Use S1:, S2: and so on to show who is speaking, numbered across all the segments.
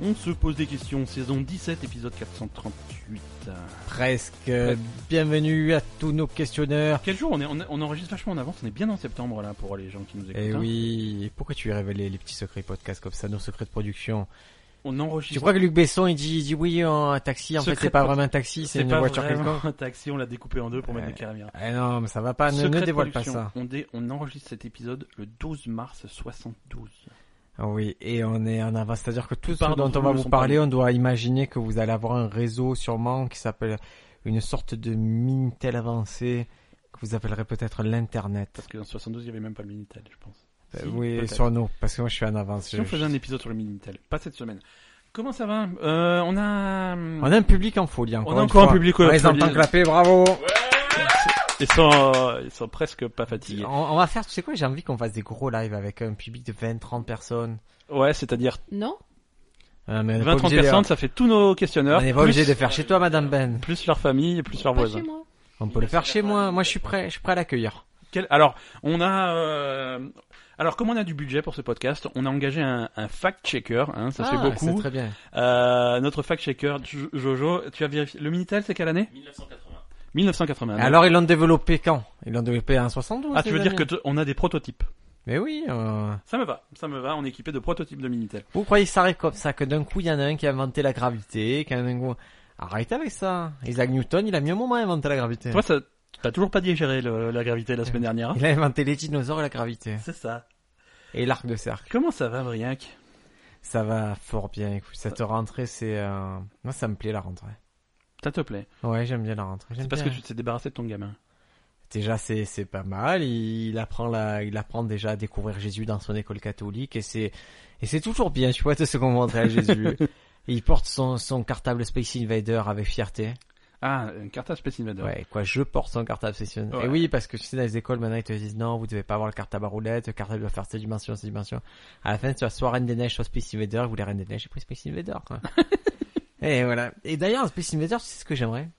S1: On se pose des questions, saison 17, épisode 438.
S2: Presque. Bienvenue à tous nos questionneurs.
S1: Quel jour on, est, on, est- on enregistre vachement en avance, on est bien en septembre là pour les gens qui nous écoutent.
S2: Eh
S1: hein.
S2: oui, et pourquoi tu lui révélé les petits secrets podcast comme ça, nos secrets de production
S1: On
S2: Tu
S1: enregistre.
S2: crois que Luc Besson il dit, il dit oui en un taxi, en
S1: Secret
S2: fait c'est
S1: de
S2: pas
S1: pod-
S2: vraiment un taxi, c'est
S1: c'est
S2: une
S1: pas
S2: voiture
S1: vraiment
S2: quelconque
S1: un taxi, on l'a découpé en deux pour mettre
S2: Ouais.
S1: des caméras.
S2: Eh non, mais ça va pas, ne,
S1: Secret
S2: ne
S1: de
S2: dévoile pas
S1: production.
S2: ça.
S1: On, dé- on enregistre cet épisode le 12 mars 72.
S2: Ah Oui, et on est en avance, c'est-à-dire que tout ce
S1: Pardon,
S2: dont on
S1: nous
S2: va
S1: ne
S2: vous
S1: sommes pas
S2: parler, on doit imaginer que vous allez avoir un réseau sûrement qui s'appelle une sorte de Minitel avancé, que vous appellerez peut-être l'Internet.
S1: Parce qu'en 72, il y avait même pas le Minitel, je pense.
S2: Euh,
S1: Si,
S2: oui,
S1: peut-être.
S2: sur nous, parce que moi je suis en avance.
S1: Si
S2: je-
S1: on faisait un épisode sur le Minitel, pas cette semaine. Comment ça va Euh, On a.
S2: On a un public en folie encore.
S1: On a
S2: une
S1: encore un
S2: fois.
S1: public, ouais,
S2: On les
S1: folie.
S2: entend clapper, bravo.
S1: Ils sont, ils sont presque pas fatigués.
S2: On, on va faire, tu sais quoi, j'ai envie qu'on fasse des gros lives avec un public de 20-30 personnes.
S1: Ouais, c'est-à-dire
S3: Non
S2: Euh, mais on est pas
S1: 20-30
S2: obligé de-
S1: personnes, ça fait tous nos questionneurs.
S2: On n'est pas
S1: plus-
S2: obligé de faire chez toi, Madame Ben.
S1: Plus leur famille et plus leurs
S3: Pas chez
S1: voisins.
S3: moi.
S2: On peut le faire chez moi. Moi, je suis prêt. Je suis prêt à l'accueillir.
S1: Quel- Alors, on a. euh, Alors, comme on a du budget pour ce podcast, on a engagé un, un fact-checker. Hein, ça
S2: Ah,
S1: se fait beaucoup.
S2: C'est très bien.
S1: Euh, notre fact-checker, Jo- Jojo, tu as vérifié. Le Minitel, c'est quelle année 1980. 1980. donc.
S2: Alors, ils l'ont développé quand Ils l'ont développé en 72.
S1: ah, tu
S2: les
S1: veux dire
S2: amis
S1: que t- on a des prototypes.
S2: Mais oui. euh,
S1: Ça me va, ça me va. On est équipé de prototypes de Minitel.
S2: Vous croyez que ça arrive comme ça Que d'un coup, il y en a un qui a inventé la gravité, qu'un coup... Arrête avec ça. Isaac Newton, il a mis un moment à inventer la gravité.
S1: Toi, ça, t'as toujours pas digéré le- la gravité la semaine dernière. hein
S2: Il a inventé les dinosaures et la gravité.
S1: C'est ça.
S2: Et l'arc de cercle.
S1: Comment ça va, Briac
S2: Ça va fort bien, écoute. Cette rentrée, c'est... euh, Moi, ça me plaît, la rentrée.
S1: Ça te plaît
S2: Ouais, j'aime bien la rentrée.
S1: C'est
S2: j'aime
S1: parce que
S2: bien.
S1: tu t'es débarrassé de ton gamin.
S2: Déjà, c'est c'est pas mal. Il, il apprend la, il apprend déjà à découvrir Jésus dans son école catholique et c'est et c'est toujours bien, tu vois, de se confronter à Jésus. Et il porte son, son cartable Space Invader avec fierté.
S1: Ah, une carte à Space Invader.
S2: Ouais, quoi, je porte son cartable Space
S1: Ouais.
S2: Et oui, parce que tu sais, dans les écoles, maintenant, ils te disent non, vous devez pas avoir le cartable à roulette, le cartable doit faire cette dimension, cette dimension. À la fin, tu vas soit Reine des Neiges, soit Space Invader, vous voulez Reine des Neiges, j'ai pris Space Invader, quoi. et voilà. Et d'ailleurs, Space Invader, tu sais ce que j'aimerais?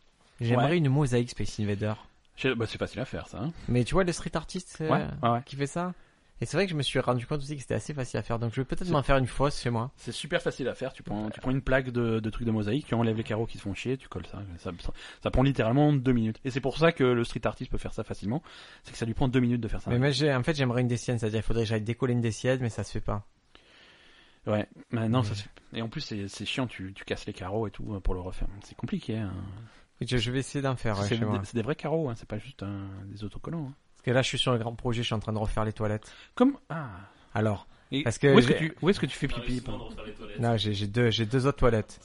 S2: J'aimerais
S1: Ouais.
S2: une mosaïque Space Invader.
S1: Je- bah, c'est facile à faire, ça. hein.
S2: Mais tu vois, le street artist, euh,
S1: Ouais, ouais, ouais.
S2: qui fait ça. Et c'est vrai que je me suis rendu compte aussi que c'était assez facile à faire. Donc je vais peut-être
S1: C'est-
S2: m'en faire une fausse chez moi.
S1: C'est super facile à faire. Tu prends, tu prends une plaque de, de trucs de mosaïque, tu enlèves les carreaux qui se font chier, tu colles ça. Ça, ça- ça prend littéralement deux minutes. Et c'est pour ça que le street artist peut faire ça facilement. C'est que ça lui prend deux minutes de faire ça.
S2: Mais moi, j'ai- en fait, j'aimerais une décienne. C'est-à-dire, il faudrait que j'aille décoller une décienne, mais ça se fait pas.
S1: Ouais. Mais non,
S2: Mais-
S1: ça, c'est- et en plus, c'est c'est chiant. Tu, tu casses les carreaux et tout euh, pour le refaire. C'est compliqué. hein.
S2: Je, je vais essayer d'en faire Ah ouais,
S1: c'est
S2: chez
S1: des,
S2: moi.
S1: c'est des vrais carreaux. Hein. C'est pas juste un- des autocollants. hein.
S2: Parce que là, je suis sur un grand projet. Je suis en train de refaire les toilettes.
S1: Comme ah.
S2: Alors,
S1: Et
S2: Parce que
S1: où est-ce que
S2: j'ai-
S1: tu où est-ce que tu fais pipi pardon
S2: là, j'ai j'ai deux, j'ai deux autres toilettes.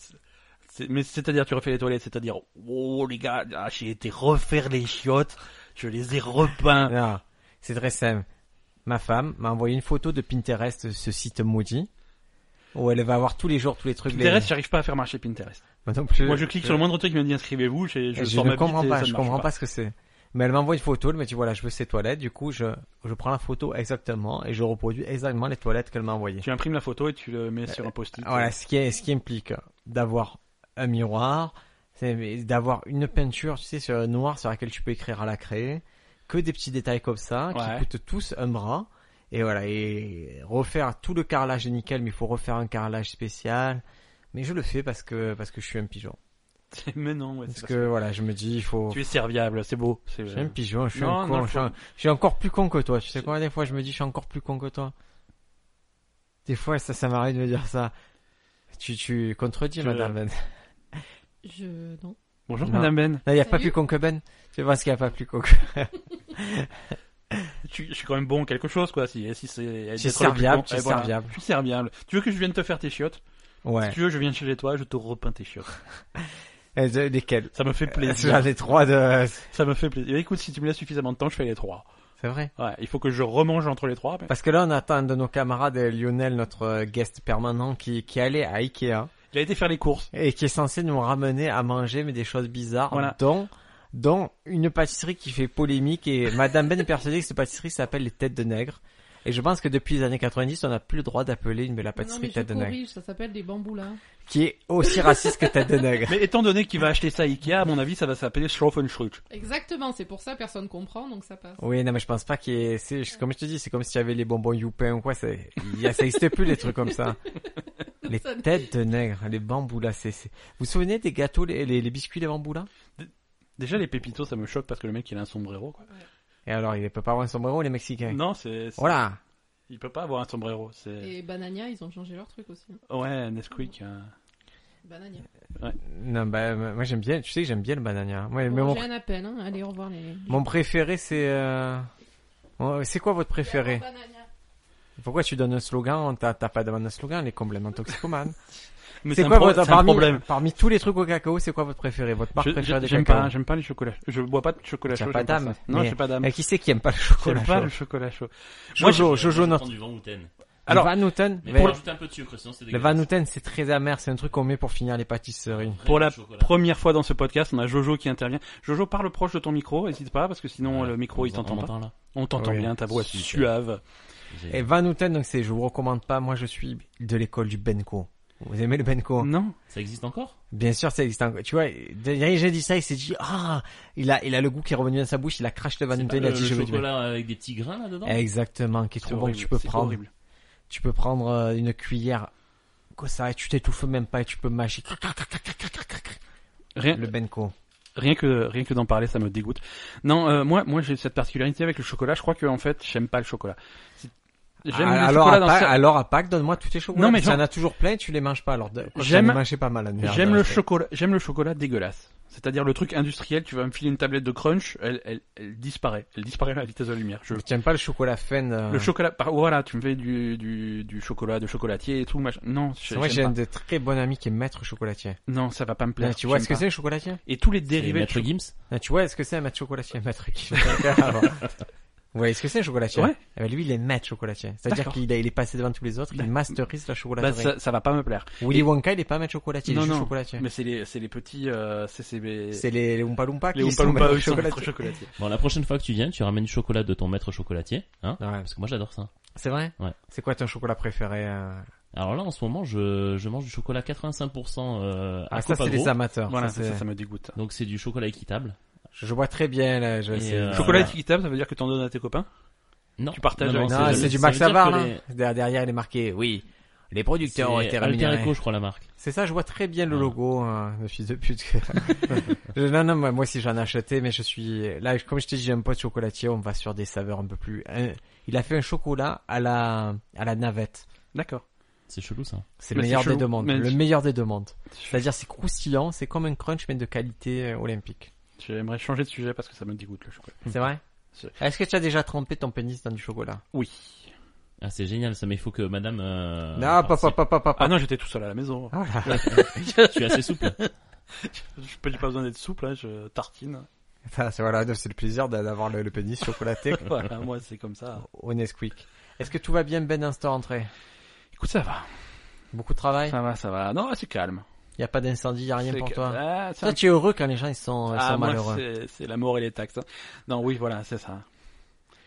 S1: C'est- Mais c'est-à-dire, tu refais les toilettes, c'est-à-dire, oh les gars, ah, j'ai été refaire les chiottes, je les ai repeints.
S2: Non, c'est très simple. Ma femme m'a envoyé une photo de Pinterest, ce site maudit, où elle va avoir tous les jours tous les trucs. Euh, les-
S1: Pinterest, j'arrive pas à faire marcher Pinterest.
S2: Bah, donc, je-
S1: Moi, je clique sur le moindre truc qui me dit inscrivez-vous, je, je,
S2: Et
S1: sors
S2: ne
S1: ma bite
S2: comprends
S1: et
S2: pas,
S1: ça ne
S2: je
S1: marche
S2: comprends pas. ce que c'est. Mais elle m'envoie une photo, elle me dit voilà, je veux ces toilettes. Du coup, je, je prends la photo exactement et je reproduis exactement les toilettes qu'elle m'a envoyées.
S1: Tu imprimes la photo et tu le
S2: Euh,
S1: mets sur un post-it.
S2: Voilà, ce qui, est, ce qui implique euh, d'avoir un miroir, c'est d'avoir une peinture, tu sais, sur, noire sur laquelle tu peux écrire à la craie, que des petits détails comme ça
S1: Ouais.
S2: qui coûtent tous un bras. Et voilà, et refaire tout le carrelage est nickel, mais il faut refaire un carrelage spécial. Mais je le fais parce que parce que je suis un pigeon.
S1: Mais non, ouais, c'est
S2: Parce
S1: parce
S2: que voilà, je me dis il faut
S1: que tu es serviable, c'est beau. c'est-
S2: je suis un pigeon, je suis
S1: Non,
S2: un
S1: non,
S2: con,
S1: faut-
S2: je, suis un- je suis encore plus con que toi. Tu sais quoi, des fois je me dis je suis encore plus con que toi. Des fois ça, ça m'arrive de me dire ça. Tu, tu contredis
S1: Je-
S2: madame Ben.
S3: Je. Non.
S1: Bonjour
S2: Non.
S1: Madame Ben.
S2: Non, il n'y a pas
S3: Salut.
S2: plus con que Ben. Tu penses qu'il n'y a pas plus con que
S1: Tu- je suis quand même bon en quelque chose, quoi. Si, eh, si c'est.
S2: Je suis
S1: d'être le plus
S2: serviable,
S1: bon.
S2: je suis
S1: Eh, voilà.
S2: serviable.
S1: Je suis serviable. Tu veux que je vienne te faire tes chiottes Si
S2: Ouais.
S1: tu veux, je viens chez toi, je te repeins tes chiottes.
S2: Et de- Lesquels
S1: Ça me fait
S2: J'en
S1: plaisir.
S2: ai trois de.
S1: ça me fait plaisir. Écoute, si tu me laisses suffisamment de temps, je fais les trois.
S2: C'est vrai.
S1: Ouais, il faut que je remange entre les trois. mais-
S2: Parce que là on attend un de nos camarades euh, Lionel, notre euh, guest permanent, qui qui allait à Ikea
S1: Il a été faire les courses.
S2: et qui est censé nous ramener à manger mais des choses bizarres,
S1: Voilà.
S2: dont dont une pâtisserie qui fait polémique et Madame Ben est persuadée que cette pâtisserie s'appelle les têtes de nègre. Et je pense que depuis les années 90, on n'a plus le droit d'appeler une la
S3: non,
S2: pâtisserie
S3: mais je
S2: tête de nègre,
S3: corrige, ça s'appelle des bambous là.
S2: qui est aussi raciste que tête de nègre.
S1: Mais étant donné qu'il va acheter ça à Ikea, à mon avis, ça va s'appeler Schroffenschrutsch.
S3: Exactement, c'est pour ça personne comprend donc ça passe.
S2: Oui, non, mais je pense pas qu'il y ait... c'est- Comme je te dis, c'est comme s'il y avait les bonbons Youpin ou quoi. c'est- il y a- Ça n'existe plus, les trucs comme ça. Les
S3: Ça-
S2: têtes de nègre, les bamboulas, c'est... c'est- Vous vous souvenez des gâteaux, les, les- les biscuits, les bamboulas
S1: Déjà, les pépitos, ça me choque parce que le mec, il a un sombrero, quoi.
S2: Et alors, il peut pas avoir un sombrero, les Mexicains
S1: Non, c'est. c'est-
S2: Voilà
S1: Il peut pas avoir un sombrero. C'est.
S3: Et Banania, ils ont changé leur truc aussi. hein.
S1: Ouais, Nesquik. hein.
S3: Banania.
S2: Non, bah, moi j'aime bien, tu sais que j'aime bien le banania. Moi, mais
S3: Bon,
S2: mon,
S3: J'ai un appel, hein. allez, au revoir les.
S2: mon préféré, c'est... euh, oh, C'est quoi votre préféré
S3: Banania.
S2: Pourquoi tu donnes un slogan T'as t'as pas demandé un slogan, les complètement toxicomanes.
S1: Mais
S2: C'est
S1: un
S2: quoi
S1: pro-
S2: votre
S1: c'est un
S2: parmi,
S1: problème.
S2: parmi tous les trucs au cacao, c'est quoi votre préféré Votre marque
S1: Je-
S2: préférée
S1: je-
S2: de
S1: J'aime
S2: cacao
S1: pas, j'aime pas les chocolats. Je bois pas de chocolat
S2: T'as
S1: chaud.
S2: pas
S1: j'aime
S2: d'âme,
S1: ça. Non,
S2: mais-
S1: j'ai pas d'âme.
S2: Et qui c'est qui aime pas le
S1: J'aime
S2: chocolat
S1: pas
S2: chaud
S1: le chocolat chaud. Moi,
S2: Jojo, Jojo,
S4: Jojo
S2: notre...
S4: du vent ou ten.
S1: Alors-
S2: le Van Houten,
S4: Mais
S2: mais
S4: pour rajouter un peu de sucre, sinon c'est
S2: le
S4: dégueulasse.
S2: Van Houten, c'est très amer, c'est un truc qu'on met pour finir les pâtisseries.
S1: Pour la
S4: Chocolat.
S1: première fois dans ce podcast, on a Jojo qui intervient. Jojo, parle proche de ton micro, hésite pas, parce que sinon
S4: Voilà.
S1: le micro il
S4: On
S1: t'entend pas.
S4: m'entend, là
S1: On t'entend
S2: Oui.
S1: bien, ta voix
S4: Super.
S1: suave.
S4: J'ai-
S2: Et Van Houten, donc c'est, je vous recommande pas, moi je suis de l'école du Benko. Vous aimez le Benko
S1: Non
S4: Ça existe encore
S2: Bien sûr, c'est existe. Tu vois, derrière j'ai dit ça, il s'est dit, ah, il a, il a le goût qui est revenu dans sa bouche, il a craché le Van
S4: C'est
S2: Houten,
S4: pas
S2: il a
S4: le,
S2: dit,
S4: le
S2: je veux du
S4: chocolat avec des petits grains là-dedans
S2: Exactement, qui est trop bon, que
S1: horrible,
S2: tu peux
S1: c'est
S2: prendre.
S1: horrible.
S2: Tu peux prendre euh, une cuillère, comme ça, et tu t'étouffes même pas, et tu peux mâcher.
S1: Rien,
S2: Le Benko.
S1: rien que rien que d'en parler, ça me dégoûte. Non, euh, moi moi j'ai cette particularité avec le chocolat. Je crois que en fait, j'aime pas le chocolat. C'est- J'aime le
S2: Ah, alors,
S1: chocolat
S2: à
S1: dans
S2: Pâques,
S1: ça-
S2: alors à Pâques, donne-moi tous tes chocolats.
S1: Non, mais
S2: parce qu'il y en
S1: genre-
S2: a toujours plein, tu les manges pas. Alors, de- quoi,
S1: J'aime-
S2: j'en ai mangé pas mal. la merde.
S1: J'aime le chocolat. J'aime le chocolat dégueulasse. C'est-à-dire le truc industriel. Tu vas me filer une tablette de crunch, elle elle, elle disparaît. Elle disparaît à la vitesse de la lumière. Je
S2: J'aime pas le chocolat fan. euh,
S1: Le chocolat, par- voilà, tu me fais du, du, du chocolat de chocolatier et tout, machin. Non,
S2: C'est
S1: je-
S2: vrai,
S1: j'aime
S2: j'ai un
S1: pas.
S2: de très bons amis qui est maître chocolatier.
S1: non, ça va pas me
S2: Là,
S1: plaire.
S2: tu vois
S1: j'aime
S2: ce que
S1: pas.
S2: c'est, le chocolatier
S1: Et tous les
S4: C'est
S1: dérivés. de
S4: Maître Gims
S2: Là, Tu vois ce que c'est, un maître chocolatier, maître qui Vous voyez ce que c'est, un chocolatier
S1: Ouais.
S2: Eh ben, lui, il est maître chocolatier. C'est-à-dire
S1: D'accord.
S2: qu'il a- il est passé devant tous les autres, il
S1: Bah-
S2: masterise la
S1: chocolat. Bah,
S2: chocolaterie.
S1: ça, ça va pas me plaire.
S2: Willy Wonka, il est pas maître chocolatier, il est
S1: Non,
S2: juste
S1: non.
S2: chocolatier.
S1: Mais c'est les, c'est les petits, euh, c'est c'est les,
S2: C'est les, les Oompa Loompa qui
S1: les Oompa
S2: sont
S1: Loompa,
S2: maîtres
S1: eux, qui sont maîtres
S2: chocolatiers.
S1: chocolatiers.
S4: Bon, la prochaine fois que tu viens, tu ramènes du chocolat de ton maître chocolatier, hein
S2: Ouais.
S4: Parce que moi j'adore ça.
S2: C'est vrai
S4: Ouais.
S2: C'est quoi ton chocolat préféré euh,
S4: Alors là, en ce moment, je, je mange du chocolat 85% euh, à
S2: Ah, ça, c'est
S4: Copagro.
S2: les amateurs.
S1: Voilà,
S2: ça,
S1: ça,
S2: c'est-
S1: ça, ça me dégoûte.
S4: Donc c'est du chocolat équitable.
S2: Je je vois très bien, là. Je,
S4: Et,
S2: c'est-
S4: euh,
S1: Chocolat
S4: voilà.
S1: équitable, ça veut dire que t'en donnes à tes copains.
S4: Non.
S1: Tu partages avec
S2: Non,
S1: c'est-
S2: Ah, c'est du
S4: ça
S2: Max hein.
S4: veut dire
S2: Savard,
S4: que
S2: là.
S4: les-
S2: Derrière, derrière, il est marqué, oui. Les producteurs ont
S4: C'est
S2: été
S4: Alter
S2: rémunérés.
S4: Echo, je crois, la marque.
S2: C'est ça, je vois très bien le
S4: Ah.
S2: logo, hein, le fils de pute. Je- non, non, moi moi aussi j'en ai acheté, mais je suis... Là, comme je t'ai dit, j'ai un pote chocolatier, on va sur des saveurs un peu plus... hein, Il a fait un chocolat à la, à la navette.
S1: D'accord.
S4: C'est chelou ça.
S2: C'est le
S1: Mais c'est
S2: meilleur des
S1: chelou,
S2: deux mondes.
S1: mais-
S2: Le meilleur des deux mondes. C'est-à-dire, c'est croustillant, c'est comme un crunch, mais de qualité euh, olympique.
S1: J'aimerais changer de sujet parce que ça me dégoûte le chocolat.
S2: C'est vrai
S1: C'est-
S2: Est-ce que tu as déjà trempé ton pénis dans du chocolat
S1: Oui.
S4: Ah, c'est génial ça, mais il faut que madame. Euh,
S2: Non, pas, pas,
S4: participe.
S2: pas, pas, pas,
S1: Ah non, j'étais tout seul à la maison.
S2: pas. Ah là,
S4: Je suis assez souple.
S1: Je peux j'ai pas besoin d'être souple, hein, je tartine.
S2: ça, c'est- voilà, c'est le plaisir d'a- d'avoir le, le pénis chocolaté
S1: Voilà, moi c'est comme ça.
S2: au Nesquik. Est-ce que tout va bien Ben instant entrée
S1: Écoute, ça va.
S2: Beaucoup de travail
S1: Ça va, ça va. Non, c'est calme.
S2: Il a pas d'incendie, il a rien
S1: C'est
S2: pour
S1: que-
S2: toi.
S1: Ah, c'est
S2: Toi, tu es heureux quand les gens ils sont, ils
S1: Ah,
S2: sont
S1: moi,
S2: malheureux.
S1: c'est- C'est la mort et les taxes. hein. Non, oui, voilà, c'est ça.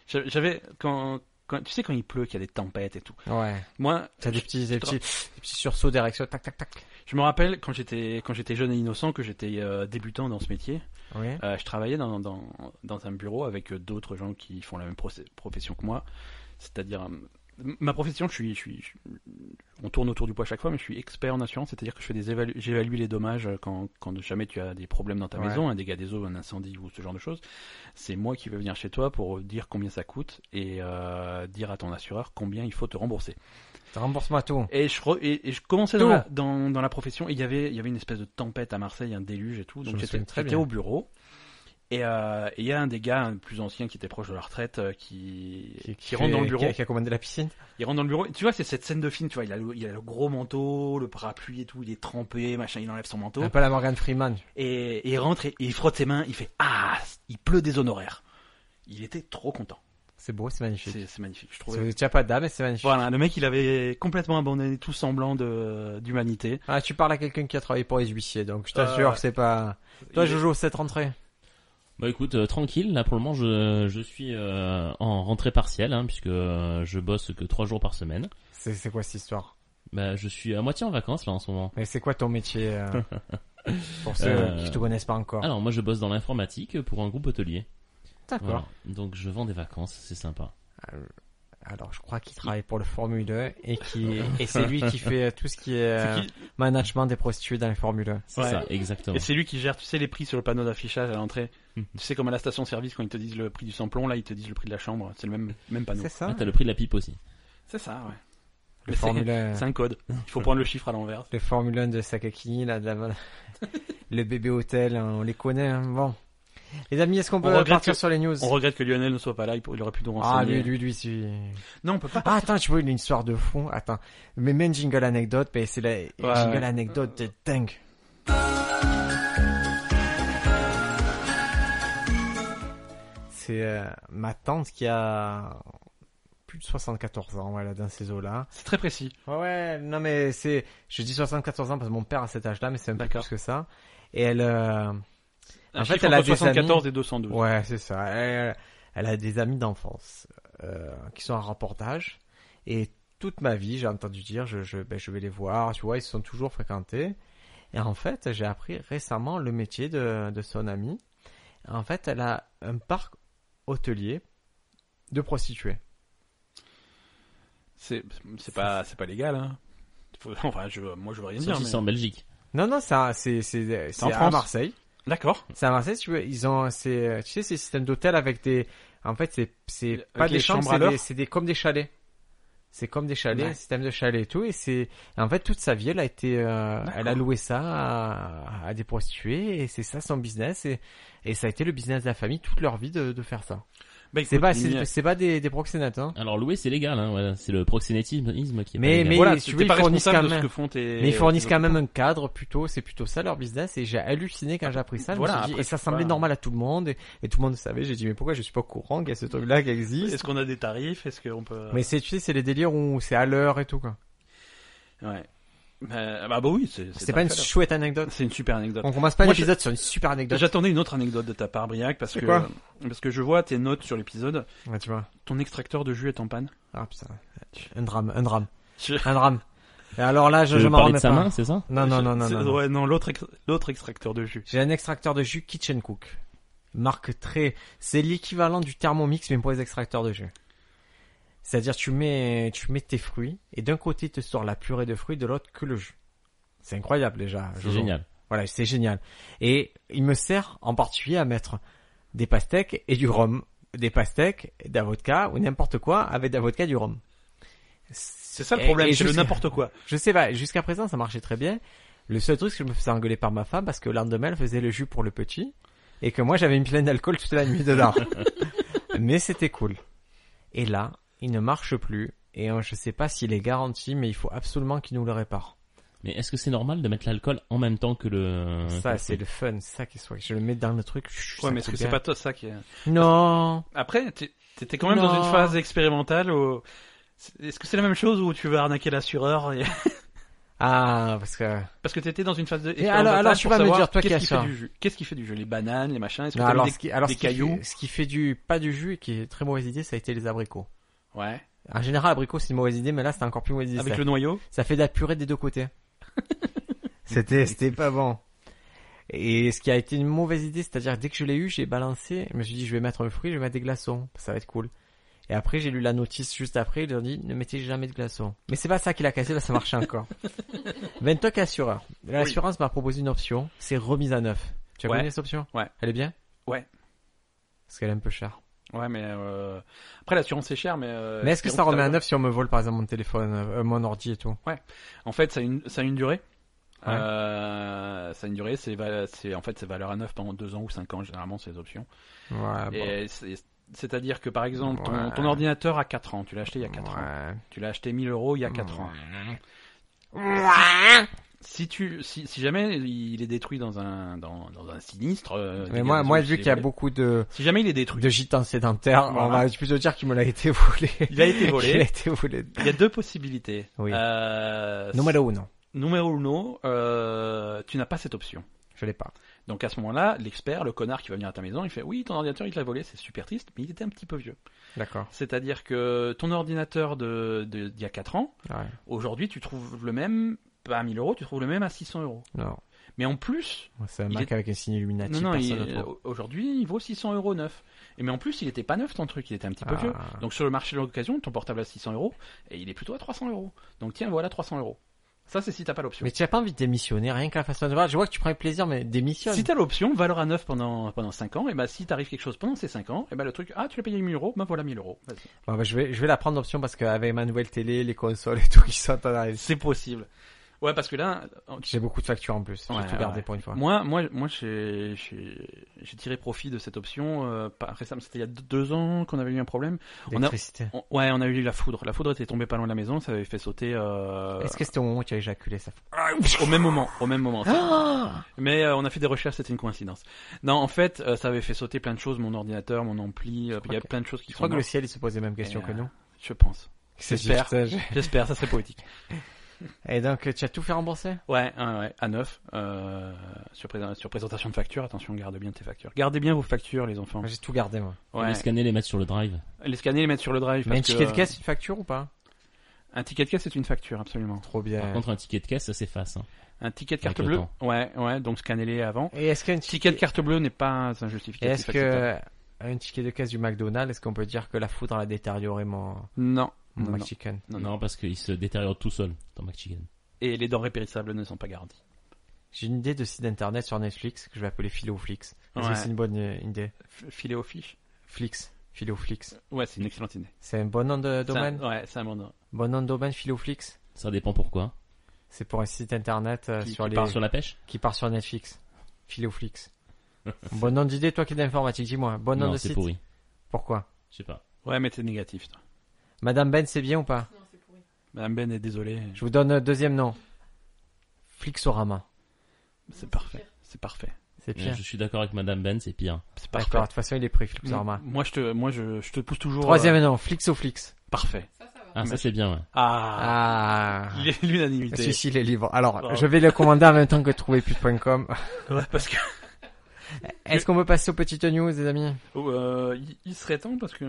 S1: Je- J'avais quand, quand tu sais quand il pleut, qu'il y a des tempêtes et tout.
S2: Ouais.
S1: Moi,
S2: T'as des petits, des petits, des petits sursauts d'érection, tac, tac, tac.
S1: je me rappelle quand j'étais quand j'étais jeune et innocent, que j'étais euh, débutant dans ce métier.
S2: Oui.
S1: Euh, je travaillais dans, dans dans un bureau avec euh, d'autres gens qui font la même procé- profession que moi. C'est-à-dire euh, ma profession, je suis, je suis, je- on tourne autour du poids à chaque fois, mais je suis expert en assurance, c'est-à-dire que je fais des évalu- j'évalue les dommages quand, quand jamais tu as des problèmes dans ta
S2: Ouais.
S1: maison, un dégât des eaux, un incendie ou ce genre de choses. C'est moi qui vais venir chez toi pour dire combien ça coûte et euh, dire à ton assureur combien il faut te rembourser.
S2: Rembourse-moi tout.
S1: Et je, re- et, et je commençais dans
S2: Tout.
S1: la, dans, dans la profession, et il y avait, il y avait une espèce de tempête à Marseille, un déluge et tout.
S2: Je me
S1: Donc j'étais
S2: souviens très
S1: j'étais
S2: bien.
S1: au bureau. Et euh, et il y a un des gars un plus ancien qui était proche de la retraite euh, qui, qui, rentre dans le bureau.
S2: Qui a, qui a commandé la piscine.
S1: Il rentre dans le bureau. Tu vois, c'est cette scène de film, tu vois, il a, le, il a le gros manteau, le parapluie et tout, il est trempé, machin, il enlève son manteau.
S2: Un peu la Morgan Freeman.
S1: Et, et il rentre et, et il frotte ses mains, il fait Ah, il pleut des honoraires. Il était trop content.
S2: C'est beau, c'est magnifique.
S1: C'est c'est magnifique, je trouvais.
S2: C'est- Tu as pas d'âme, mais c'est magnifique.
S1: Voilà, le mec, il avait complètement abandonné tout semblant de- d'humanité.
S2: Ah, tu parles à quelqu'un qui a travaillé pour les huissiers, donc je t'assure,
S1: Euh,
S2: c'est pas. Toi,
S1: il est-
S2: Jojo, cette rentrée.
S4: Bah écoute, euh, tranquille, là pour le moment je, je suis euh, en rentrée partielle, hein, puisque euh, je bosse que trois jours par semaine.
S2: C'est c'est quoi cette histoire
S4: Bah je suis à moitié en vacances là en ce moment.
S2: Mais c'est quoi ton métier euh, Pour ceux
S4: Euh,
S2: qui te connaissent pas encore.
S1: ah,
S4: Alors moi je bosse dans l'informatique pour un groupe hôtelier.
S2: D'accord.
S4: Voilà. Donc je vends des vacances, c'est sympa.
S2: Alors, je crois qu'il travaille pour le Formule 1 et qui et c'est lui qui fait tout ce qui est euh, management des prostituées dans les Formule 1.
S4: C'est
S1: Ouais.
S4: ça, exactement.
S1: Et c'est lui qui gère, tu sais, les prix sur le panneau d'affichage à l'entrée.
S2: Mhm.
S1: tu sais, comme à la station-service, quand ils te disent le prix du samplon, là, ils te disent le prix de la chambre. C'est le même, même panneau.
S2: C'est
S4: Ah,
S2: ça.
S4: t'as le prix de la pipe aussi.
S1: C'est ça, ouais.
S2: Le
S1: Mais c'est-
S2: Formule 1.
S1: C'est un code. Il faut prendre le chiffre à l'envers.
S2: Le Formule 1 de Sakakini, là, de la- le bébé hôtel, hein, on les connaît. hein. Bon. Les amis, est-ce qu'on peut
S1: regrette
S2: partir
S1: que-
S2: sur les news
S1: On regrette que Lionel ne soit pas là, il pour- il aurait pu nous
S2: Ah,
S1: renseigner.
S2: lui, lui, lui, c'est...
S1: Non, on peut pas.
S2: Ah, attends, tu vois une histoire de fond. Attends. Mais même jingle anecdote, ben, c'est la jingle
S1: ouais.
S2: anecdote de dingue. C'est euh, ma tante qui a plus de 74 ans, voilà, dans ces eaux-là.
S1: C'est très précis.
S2: Ouais, ouais, non mais c'est, je dis 74 ans parce que mon père a cet âge-là, mais c'est un peu
S1: D'accord.
S2: plus que ça. Et elle, euh,
S1: Un
S2: En fait,
S1: chiffre
S2: elle a
S1: entre
S2: des
S1: 74 et 212.
S2: ouais, c'est ça. Elle, elle a des amis d'enfance euh, qui sont en reportage. Et toute ma vie, j'ai entendu dire, je, je, ben, je vais les voir, tu vois, ils se sont toujours fréquentés. Et en fait, j'ai appris récemment le métier de, de son amie. En fait, elle a un parc hôtelier de prostituées.
S1: C'est, c'est pas, c'est pas légal, hein. Faut- Enfin, je, moi, je veux rien
S4: Sauf
S1: dire.
S4: si
S1: mais-
S4: c'est en Belgique.
S2: Non, non, c'est un- c'est c'est c'est
S1: en
S2: à
S1: France.
S2: Marseille.
S1: D'accord.
S2: C'est à Marseille, tu veux, ils ont, c'est, euh, tu sais, ces systèmes d'hôtels avec des, en fait, c'est, c'est
S1: Avec
S2: pas des
S1: les
S2: chambres,
S1: chambres à
S2: c'est des,
S1: l'heure
S2: c'est des, comme des chalets. C'est comme des chalets,
S1: Ouais.
S2: système de chalets et tout, et c'est, en fait, toute sa vie, elle a été, euh, elle a loué ça à, à des prostituées, et c'est ça son business, et, et ça a été le business de la famille toute leur vie de, de faire ça.
S1: Bah,
S2: C'est
S1: écoute,
S2: pas,
S1: Lionel,
S2: c'est, c'est pas des, des proxénètes, hein.
S4: Alors louer, c'est légal. Hein, voilà. C'est le proxénétisme qui est
S2: Mais-
S4: pas légal.
S2: mais-
S1: voilà,
S2: tu
S1: tu
S2: vois,
S1: t'es
S2: ils
S1: pas
S2: fournissent
S1: responsable de
S2: quand
S1: ce
S2: même-
S1: que font tes. euh,
S2: Mais ils fournissent quand même un cadre, plutôt, c'est plutôt ça leur business, et j'ai halluciné quand j'ai appris ça, je me
S1: Voilà,
S2: suis dit,
S1: après,
S2: et ça
S1: c'est
S2: semblait
S1: pas-
S2: normal à tout le monde, et, et tout le monde le savait, j'ai dit, mais pourquoi je suis pas au courant qu'il y a ce truc-là qui existe?
S1: Est-ce qu'on a des tarifs Est-ce qu'on peut.
S2: Mais c'est, tu sais, c'est les délires où c'est à l'heure et tout, quoi.
S1: Ouais. Bah, bah, bah oui, c'est.
S2: C'est pas une
S1: parfait,
S2: chouette anecdote.
S1: alors. C'est une super anecdote.
S2: On commence pas
S1: Moi,
S2: l'épisode sur une super anecdote.
S1: J'attendais une autre anecdote de ta part, Briac, parce
S2: C'est
S1: que
S2: quoi
S1: parce que je vois tes notes sur l'épisode.
S2: Ouais, tu vois.
S1: Ton extracteur de jus est en panne.
S2: Ah, putain. Un drame, un drame.
S1: Je-
S2: Un drame. Et alors là, je,
S4: Tu
S2: je
S4: veux
S2: m'en
S4: parler de
S2: remets
S4: sa
S2: pas.
S4: main, c'est ça
S2: Non, non,
S1: Je-
S2: non, non,
S1: c'est-
S2: non, non.
S1: Ouais, non, l'autre ex- l'autre extracteur de jus.
S2: J'ai un extracteur de jus Kitchen Cook. Marque très, c'est l'équivalent du Thermomix, mais pour les extracteurs de jus. C'est-à-dire, tu mets, tu mets tes fruits, et d'un côté, il te sort la purée de fruits, de l'autre, que le jus. C'est incroyable, déjà.
S4: C'est
S2: Jojo.
S4: génial.
S2: Voilà, c'est génial. Et il me sert en particulier à mettre des pastèques et du rhum. Des pastèques, de la vodka ou n'importe quoi avec de la vodka et du rhum.
S1: C'est ça le
S2: Et-
S1: problème,
S2: et
S1: c'est le
S2: jusqu'à-
S1: n'importe quoi.
S2: Je sais pas, jusqu'à présent ça marchait très bien. Le seul truc c'est que je me faisais engueuler par ma femme parce que le lendemain elle faisait le jus pour le petit et que moi j'avais une pleine d'alcool toute la nuit dedans. mais c'était cool. Et là, il ne marche plus et euh, je sais pas s'il est garanti mais il faut absolument qu'il nous le répare.
S4: Mais est-ce que c'est normal de mettre l'alcool en même temps que le
S2: Ça c'est le fun, ça qui soit. Je le mets dans le truc. chut,
S1: Ouais,
S2: ça
S1: mais est-ce
S2: coule
S1: que c'est
S2: bien.
S1: pas toi ça qui est...
S2: Non.
S1: Après, t'es- t'étais quand même dans
S2: Non.
S1: une phase expérimentale où... c'est- Est-ce que c'est la même chose où tu veux arnaquer l'assureur et-
S2: Ah, parce que...
S1: Parce que t'étais dans une phase de...
S2: Et alors- alors, tu
S1: pour
S2: vas me
S1: savoir
S2: dire, toi qui
S1: qu'est-ce qui
S2: assure.
S1: fait du jus Qu'est-ce qui fait du jus Les bananes, les machins Est-ce que
S2: Non,
S1: t'as
S2: alors,
S1: mis
S2: ce qui, alors
S1: des
S2: ce qui
S1: cailloux
S2: fait- ce qui fait du pas du jus et qui est très mauvaise idée, ça a été les abricots.
S1: des... Ouais.
S2: En général, abricots c'est une mauvaise idée, mais là c'était encore plus mauvaise idée.
S1: Avec
S2: ça,
S1: Ah, le noyau
S2: ça fait de la purée des deux côtés. c'était c'était pas bon. Et ce qui a été une mauvaise idée, c'est-à-dire dès que je l'ai eu, j'ai balancé. Je me suis dit, je vais mettre un fruit, je vais mettre des glaçons, ça va être cool. Et après, j'ai lu la notice juste après, ils ont dit, ne mettez jamais de glaçons. Mais c'est pas ça qui l'a cassé, là ça marchait encore. Ventoc assureur. L'assurance m'a proposé une option, c'est remise à neuf. Tu as
S1: Ouais.
S2: connu cette option
S1: Ouais.
S2: Elle est bien
S1: Ouais.
S2: Parce qu'elle est un peu chère.
S1: Ouais, mais... Euh... Après, l'assurance, c'est cher, mais... euh,
S2: Mais est-ce que ça
S1: espérons
S2: remet à
S1: t'as-
S2: neuf si on me vole par exemple mon téléphone, euh, mon ordi et tout
S1: En fait, ça a une, ça a une durée.
S2: Ouais.
S1: Euh, ça a une durée, c'est, val- c'est, en fait, c'est valeur à neuf pendant 2 ans ou 5 ans, généralement, c'est les options.
S2: Ouais, bon.
S1: Et c'est, c'est-à-dire que, par exemple, ton,
S2: Ah, Ouais.
S1: ton ordinateur a 4 ans, tu l'as acheté il y a 4 ans.
S2: Ouais.
S1: Tu l'as acheté 1000 euros il y
S2: Mmh.
S1: a 4 ans. Si tu, si, si jamais il est détruit dans un, dans, dans un sinistre. euh,
S2: Mais
S1: dégâts
S2: moi,
S1: des
S2: moi
S1: eaux,
S2: vu
S1: si
S2: qu'il y a
S1: vous voulez.
S2: beaucoup de,
S1: Si jamais il est détruit,
S2: de gitans sédentaires,
S1: Voilà.
S2: on va plutôt dire qu'il me l'a été volé.
S1: il a été
S2: Il a
S1: volé.
S2: été volé.
S1: il y a deux possibilités.
S2: Oui.
S1: Euh,
S2: Numéro uno.
S1: numéro uno, euh, tu n'as pas cette option.
S2: Je l'ai pas.
S1: Donc à ce moment-là, l'expert, le connard qui va venir à ta maison, il fait oui, ton ordinateur il te l'a volé, c'est super triste, mais il était un petit peu vieux.
S2: D'accord.
S1: C'est-à-dire que ton ordinateur de de- d'il y a 4 ans,
S2: Ouais.
S1: aujourd'hui tu trouves le même pas à 1000 euros, tu trouves le même à 600 euros.
S2: Non.
S1: Mais en plus,
S2: C'est un
S1: Il
S2: Mac avec un signe Illuminati.
S1: non non,
S2: personne
S1: il-
S2: ne trouve.
S1: aujourd'hui il vaut 600 euros neuf. Et mais en plus, il était pas neuf ton truc, il était un petit peu
S2: Ah.
S1: vieux. Donc sur le marché de l'occasion, ton portable à 600 euros et il est plutôt à 300 euros. Donc tiens, voilà 300 euros. Ça, c'est si t'as pas l'option.
S2: Mais tu n'as pas envie de démissionner, rien que la façon de voir. Je vois que tu prends plaisir, mais démissionne.
S1: Si t'as l'option, valeur à 9 pendant, pendant 5 ans, et bah si t'arrives quelque chose pendant ces 5 ans, et bah le truc, ah tu l'as payé 1000 euros, bah voilà 1000 euros. Vas-y.
S2: Bon, bah, je, vais, je vais la prendre d'option parce qu'avec ma nouvelle télé, les consoles et tout qui sont en arrière.
S1: C'est possible. Ouais, parce que là,
S2: J'ai beaucoup de factures en plus.
S1: Ouais,
S2: J'ai tout
S1: ouais.
S2: gardé pour une fois.
S1: moi, moi, moi j'ai j'ai- j'ai tiré profit de cette option euh, pas récemment, c'était il y a deux ans qu'on avait eu un problème. on a-
S2: L'électricité.
S1: On- ouais, on a eu la foudre. La foudre était tombée pas loin de la maison, ça avait fait sauter. euh,
S2: Est-ce que c'était au moment où tu as éjaculé ça
S1: Au même moment, au même moment.
S2: Ah
S1: Mais euh, on a fait des recherches, c'était une coïncidence. Non, en fait, euh, ça avait fait sauter plein de choses, mon ordinateur, mon ampli, euh, il
S2: crois
S1: y a
S2: que-
S1: plein de choses qui
S2: Je
S1: sont
S2: crois que le
S1: mortes,
S2: ciel il se pose les mêmes questions
S1: Et,
S2: que
S1: euh,
S2: nous.
S1: je pense.
S2: C'est
S1: j'espère.
S2: juste ça, je-
S1: J'espère, ça serait poétique.
S2: Et donc euh, tu as tout fait rembourser
S1: Ouais, ouais, ouais, à neuf, euh, sur, pré- sur présentation de facture, attention, garde bien tes factures. Gardez bien vos factures, les enfants.
S2: Moi, J'ai tout gardé moi.
S4: On
S1: Ouais.
S4: les scanner, les mettre sur le drive.
S1: Les scanner, les mettre sur le drive.
S2: Mais un
S1: parce
S2: ticket
S1: que,
S2: de caisse, une facture ou pas
S1: euh, Un ticket de caisse, c'est une facture, absolument.
S2: Trop
S4: Par
S2: bien.
S4: contre, un ticket de caisse, ça s'efface. hein.
S1: Un ticket de
S4: Avec
S1: carte
S4: le
S1: bleue.
S4: temps.
S1: Ouais, ouais, donc scannez-les avant.
S2: Et est-ce qu'un
S1: Ticket de carte bleue n'est pas un
S2: Et
S1: justificatif.
S2: est-ce
S1: acceptable.
S2: que euh, un ticket de caisse du McDonald's, est-ce qu'on peut dire que la foudre elle a détérioré mon,
S1: Non.
S2: mon
S1: non, non.
S2: McChicken
S1: Non,
S4: Non,
S1: non.
S4: parce qu'il se détériore tout seul dans McChicken.
S1: Et les dents répérissables ne sont pas garanties.
S2: J'ai une idée de site internet sur Netflix que je vais appeler Philoflix. Est-ce
S1: Ouais.
S2: que c'est une bonne euh, idée
S1: F- Filet aux fiches.
S2: Flix, Philoflix.
S1: Ouais, c'est une excellente idée.
S2: C'est un bon nom de
S1: C'est un-
S2: domaine
S1: Ouais, c'est un bon nom.
S2: Bon nom de domaine Philoflix
S4: Ça dépend pourquoi.
S2: C'est pour un site internet euh,
S1: Qui-
S2: sur
S1: qui
S2: les
S4: Part sur la pêche
S2: qui part sur Netflix. Philoflix. bon nom d'idée, toi qui es d'informatique, dis-moi. Bon nom
S4: Non,
S2: de
S4: c'est
S2: site.
S4: pourri.
S2: Pourquoi
S4: Je sais pas.
S1: Ouais, mais c'est négatif. toi.
S2: Madame Ben, c'est bien ou pas
S3: Non, c'est pourri.
S1: Madame Ben est désolée.
S2: Je vous donne un deuxième nom. Flixorama.
S1: C'est parfait. C'est parfait.
S2: C'est pire.
S4: Je suis d'accord avec Madame Ben, c'est pire.
S1: C'est parfait. Mm.
S2: D'accord, de toute façon, il est pris, Flixorama.
S1: Moi, je te, moi, je, je te pousse toujours.
S2: Troisième nom, Flixoflix.
S1: euh, parfait.
S3: Ça, ça va.
S4: Ah, ça
S1: Mais-
S4: c'est bien, ouais.
S1: Ah.
S2: Ah.
S1: L'u- L'unanimité.
S2: Si, si, les livres. Alors,
S1: Bravo.
S2: je vais le commander en même temps que trouverplus.com.
S1: Ouais, parce que
S2: Est-ce qu'on peut passer aux petites news, les amis
S1: oh, euh, il- il serait temps parce que